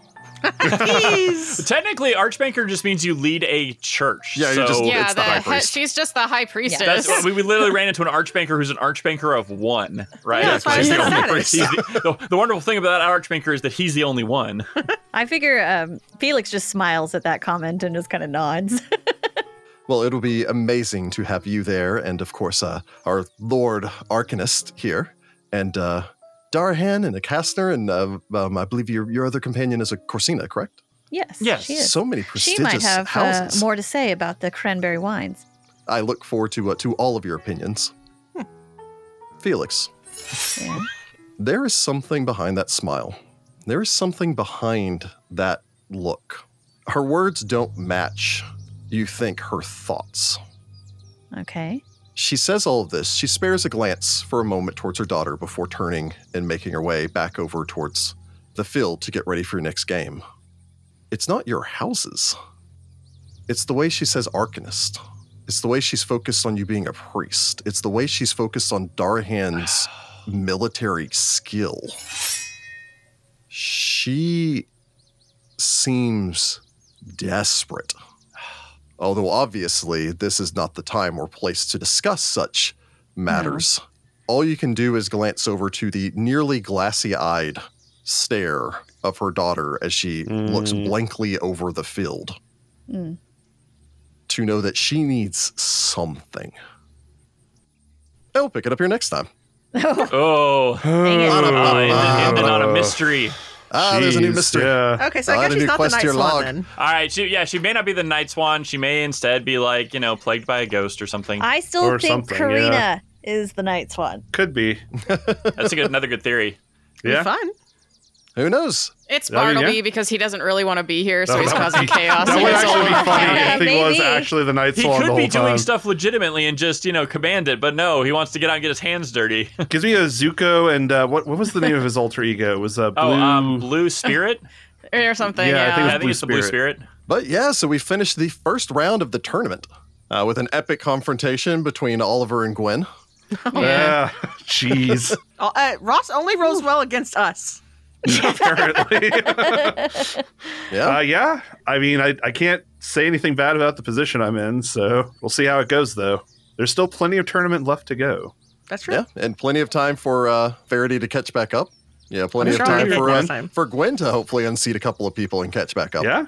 F: Please.
B: Technically, Archbanker just means you lead a church.
A: Yeah, you're
B: so
A: just- Oh,
E: yeah,
A: it's the high
E: he-
A: priest.
E: she's just the high priestess.
B: That's what we, we literally ran into an archbanker who's an archbanker of one, right?
F: Yeah, that's why I
B: He's
F: said
B: the only
F: status.
B: person- he's the, the- the wonderful thing about that archbanker is that he's the only one.
D: I figure um, Felix just smiles at that comment and just kind of nods. [LAUGHS]
A: Well, it'll be amazing to have you there, and of course, uh, our Lord Arcanist here, and uh, Darhan and a Kastner, and uh, um, I believe your, your other companion is a Corsina, correct?
D: yes.
B: Yes,
D: She, is.
A: So many
D: she
A: prestigious
D: might have uh,
A: houses.
D: more to say about the cranberry wines.
A: I look forward to uh, to all of your opinions.
D: Hmm.
A: Felix,
D: Yeah.
A: there is something behind that smile. There is something behind that look. Her words don't match, you think, her thoughts.
D: Okay.
A: She says all of this. She spares a glance for a moment towards her daughter before turning and making her way back over towards the field to get ready for your next game. It's not your houses. It's the way she says Arcanist. It's the way she's focused on you being a priest. It's the way she's focused on Darhan's military skill. She seems desperate although obviously this is not the time or place to discuss such matters. All you can do is glance over to the nearly glassy eyed stare of her daughter as she looks blankly over the field
D: Mm.
A: to know that she needs something. I'll pick it up here next time.
B: Oh,
D: Dang it.
B: uh, it ended on a mystery.
A: Ah, there's a new
C: Jeez,
A: mystery.
C: Yeah.
F: Okay, so
A: Uh,
F: I
A: the
F: guess she's
A: new
F: not the
A: quest
F: night
A: to your
F: swan
A: log.
F: then.
B: All right, she, yeah, she may not be the Night Swan. She may instead be like you know plagued by a ghost or something.
D: I still
C: Or
D: think
C: something,
D: Karina
C: yeah.
D: is the night swan.
C: Could be.
B: That's a good, another good [LAUGHS] theory.
F: Yeah.
C: Yeah.
F: Fun.
A: Who knows?
E: It's
C: I mean,
E: Bartleby
C: yeah.
E: because he doesn't really want to be here, so
C: That
E: he's
C: would-
E: causing chaos.
C: That
E: in
C: would
E: his
C: actually be
E: own
C: funny
E: town.
C: if he was
D: maybe.
C: actually the Night
B: He
C: Swan the
B: could
C: whole
B: be doing
C: time.
B: stuff legitimately and just you know command it, but no, he wants to get out and get his hands dirty. [LAUGHS]
C: Gives me a Zuko and uh, what what was the name of his alter ego? It was uh, Blue.
B: Oh, um, blue spirit.
E: [LAUGHS] or something.
C: Yeah, I
E: Yeah,
C: think
B: I think
C: Blue
B: it's the blue
C: Spirit.
B: spirit.
A: But yeah, so we finished the first round of the tournament uh, with an epic confrontation between Oliver and Gwen.
C: Ah, [LAUGHS] Jeez.
F: Uh, uh, Ross only rolls well against us.
C: apparently.
A: Yeah.
C: uh, yeah. I mean, I, I can't say anything bad about the position I'm in, so we'll see how it goes, though. There's still plenty of tournament left to go.
F: That's true.
A: Yeah, and plenty of time for uh, Faraday to catch back up. Yeah, plenty
F: I'm
A: of
F: sure
A: time
F: I'll
A: for
F: get
A: uh,
F: more time.
A: for Gwen to hopefully unseat a couple of people and catch back up.
C: Yeah.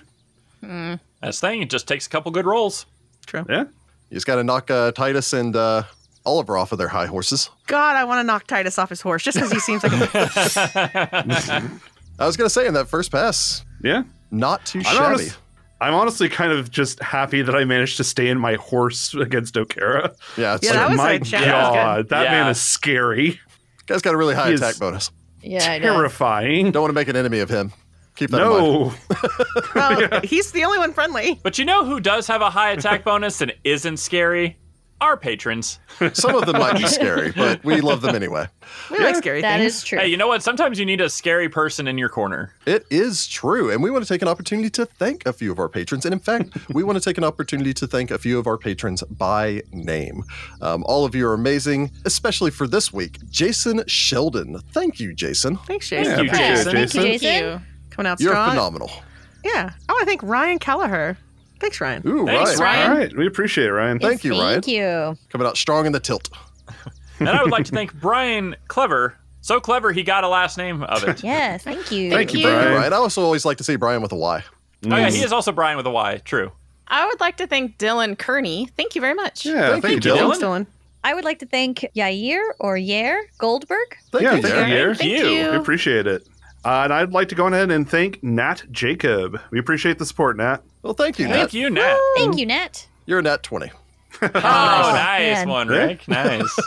B: That's the thing. It just takes a couple good rolls.
F: True.
C: Yeah.
A: you just got to knock uh, Titus and uh, Oliver off of their high horses.
F: God, I want to knock Titus off his horse just because he seems like
B: [LAUGHS]
F: a
A: I was gonna say in that first pass,
C: Yeah.
A: not too
C: I'm
A: shabby.
C: honest- I'm honestly kind of just happy that I managed to stay in my horse against O'Kara.
A: Yeah, it's
F: Yeah,
A: like,
F: that was
C: my
F: a challenge. That was
C: god, that
B: Yeah.
C: man is scary,
A: guy's got a really high
C: He is-
A: attack bonus.
D: Yeah, I know.
C: terrifying.
A: Don't want to make an enemy of him. Keep that in mind.
C: no,
F: Well, he's the only one friendly.
B: But you know who does have a high attack bonus and isn't scary? Our patrons.
A: Some of them might be
C: [LAUGHS]
A: scary, but we love them anyway.
F: We like scary
D: That
F: things.
D: is true.
B: Hey, you know what? Sometimes you need a scary person in your corner.
A: It is true. And we want to take an opportunity to thank a few of our patrons. And in fact, we want to take an opportunity to thank a few of our patrons by name. Um, all of you are amazing, especially for this week. Jason Sheldon. Thank you, Jason.
F: Thanks,
B: Thank
F: Jason.
B: you,
D: yeah,
B: Jason.
D: Thank you,
C: Jason.
D: Jason.
F: Coming out
A: You're
F: strong.
A: phenomenal.
F: Yeah. Oh, I want to thank Ryan Kelleher. Thanks, Ryan.
A: Ooh,
B: Thanks,
A: right.
C: all
B: Ryan.
C: right, we appreciate it, Ryan.
A: Thank you, Ryan.
D: Thank you.
A: Coming out strong in the tilt.
B: And I would like to thank Brian Clever. So clever, he got a last name of
D: [LAUGHS]
B: it.
D: Yes, thank you.
C: Thank you,
E: you.
A: All
C: Brian.
A: right. I also always like to see Brian with a Y.
B: Oh,
E: Mm.
B: yeah, he is also Brian with a Y. True.
E: [LAUGHS] I would like to thank Dylan Kearney. Thank you very much.
C: Yeah,
A: Thank
C: thank,
A: you,
C: you,
B: Dylan.
C: Dylan.
F: Thanks, Dylan.
D: I would like to thank Yair or Yair Goldberg.
A: Thank
C: yeah,
A: you,
C: thank
A: Jared.
C: you, Yair.
E: Thank
B: you.
E: you.
C: We appreciate it. Uh, and I'd like to go on ahead and thank Nat Jacob. We appreciate the support, Nat.
A: Well, thank you, Nat.
B: Thank you, Nat.
D: Thank you, Nat.
A: You're a Nat 20.
B: Oh, nice
D: Man.
B: one, Rick. Nice.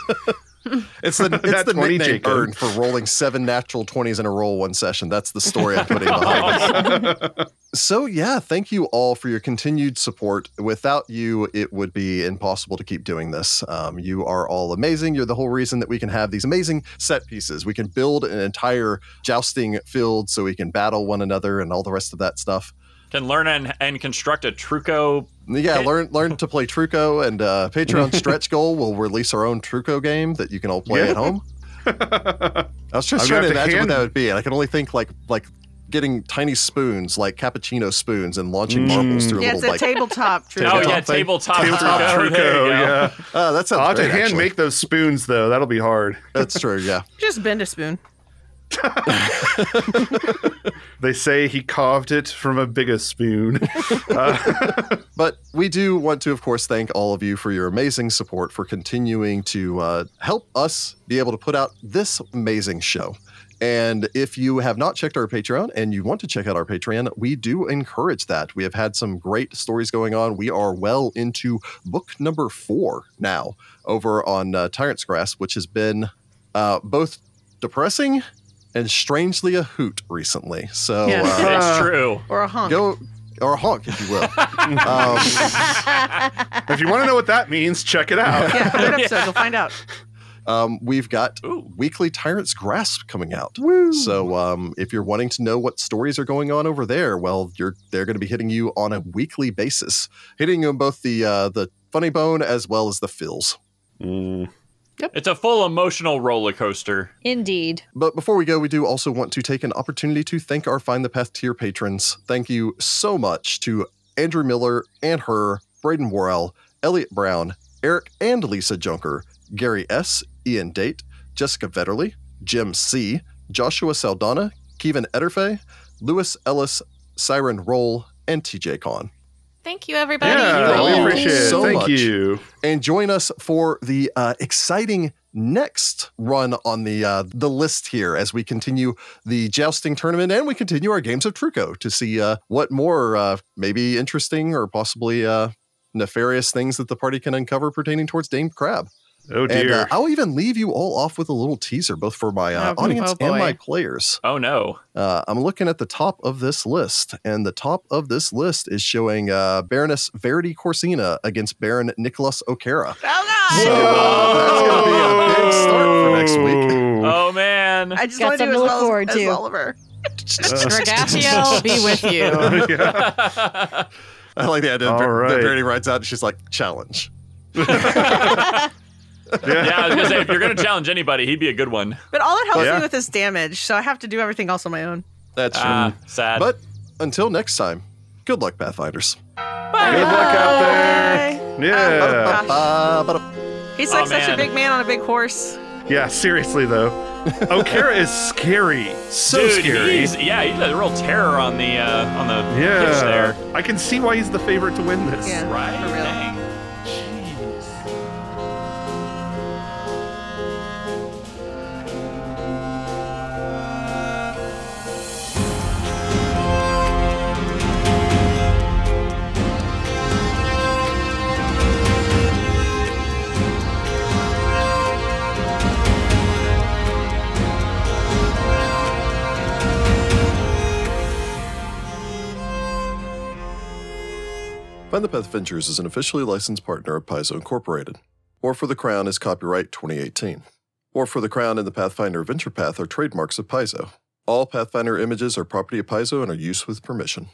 A: It's the, it's
C: Nat
A: the
C: 20,
A: nickname
C: Jacob.
A: earned for rolling seven natural 20s in a roll one session. That's the story I'm putting behind it. So, yeah, thank you all for your continued support. Without you, it would be impossible to keep doing this. Um, you are all amazing. You're the whole reason that we can have these amazing set pieces. We can build an entire jousting field so we can battle one another and all the rest of that stuff.
B: Can learn and, and construct a truco.
A: Yeah, learn
C: [LAUGHS]
A: learn to play Truco and uh, Patreon Stretch Goal will release our own Truco game that you can all play
C: Yeah.
A: at
C: [LAUGHS]
A: home. I was just trying
C: I'm gonna
A: to
C: have to
A: imagine what
C: hand-
A: that would be, and I can only think like like getting tiny spoons, like cappuccino spoons, and launching marbles
C: Mm.
A: through
F: Yeah, it's
A: little
F: a
A: like.
F: tabletop truth.
B: Oh,
A: Tabletop
B: yeah,
A: thing.
B: tabletop,
C: Tabletop
B: truco. There you
C: Truco,
B: go.
C: yeah.
A: uh, that sounds
C: I'll have to
A: great,
C: hand
A: actually.
C: make those spoons, though. That'll be hard.
A: That's true. Yeah.
F: Just bend a spoon.
C: They say he carved it from a bigger spoon. [LAUGHS]
A: But we do want to, of course, thank all of you for your amazing support, for continuing to uh, help us be able to put out this amazing show. And if you have not checked our Patreon and you want to check out our Patreon, we do encourage that. We have had some great stories going on. We are well into book number four now over on uh, Tyrant's Grasp, which has been uh, both depressing and strangely a hoot recently. So
F: Yeah.
A: uh,
B: It's true.
F: Or a [LAUGHS] honk.
A: go or honk, if you will. um,
C: if you want to know what that means, check it out.
F: Yeah, third episode. You'll find out.
A: um, we've got
B: Ooh.
A: weekly Tyrant's Grasp coming out. So um, if you're wanting to know what stories are going on over there, well, you're they're going to be hitting you on a weekly basis, hitting you on both the uh, the funny bone as well as the fills.
C: Mm.
B: It's a full emotional roller coaster.
D: Indeed.
A: But before we go, we do also want to take an opportunity to thank our Find the Path tier patrons. Thank you so much to Andrew Miller and her, Braden Worrell, Elliot Brown, Eric and Lisa Junker, Gary S., Ian Date, Jessica Vetterly, Jim C., Joshua Saldana, Kevin Ederfe, Lewis Ellis, Siren Roll, and TJ Khan.
E: Thank you, everybody.
C: Yeah,
A: Thank
C: we
A: you
C: appreciate it.
A: so
C: Thank
A: much.
C: you.
A: and join us for the uh, exciting next run on the uh, the list here as we continue the jousting tournament and we continue our games of truco to see uh, what more uh, maybe interesting or possibly uh, nefarious things that the party can uncover pertaining towards Dame Crab.
C: Oh
A: and
C: dear.
A: uh, I'll even leave you all off with a little teaser, both for my uh,
F: Oh,
A: audience
F: oh
A: and my
F: boy.
A: players.
B: Oh no.
A: Uh, I'm looking at the top of this list, and the top of this list is showing uh, Baroness Verity Corsina against Baron Nicholas O'Kara.
F: Oh, no.
A: So, uh, that's going to be a big start for next week.
B: Oh man.
F: I just
D: Got
F: want to do
D: something to look
F: as well
D: forward
F: as,
D: to.
F: as Oliver.
E: Ragafio be with you.
C: week. [LAUGHS] yeah.
A: [LAUGHS] I like the idea
C: All
A: that Ver- that
C: right.
A: Verity rides out and she's like, challenge.
B: yeah, I was gonna say if you're gonna challenge anybody, he'd be a good one.
F: But all it helps
C: Yeah.
F: me with is damage, so I have to do everything else on my own.
A: That's true.
B: Ah, sad.
A: but until next time, good luck, Pathfinders.
C: Good luck out there.
A: [LAUGHS]
C: Yeah.
A: Ba- ba-
F: He's like
B: Oh,
F: such a
B: man.
F: big man on a big horse.
C: Yeah, seriously though. Okara is scary. So
B: Dude,
C: scary.
B: he's yeah, he's a real terror on the uh, on the pitch
C: yeah.
B: there.
C: I can see why he's the favorite to win this.
F: Yeah.
B: Right?
F: For real.
B: Dang.
A: Find the Path Ventures is an officially licensed partner of Paizo Incorporated. War for the Crown is copyright 2018. War for the Crown and the Pathfinder Venture Path are trademarks of Paizo. All Pathfinder images are property of Paizo and are used with permission.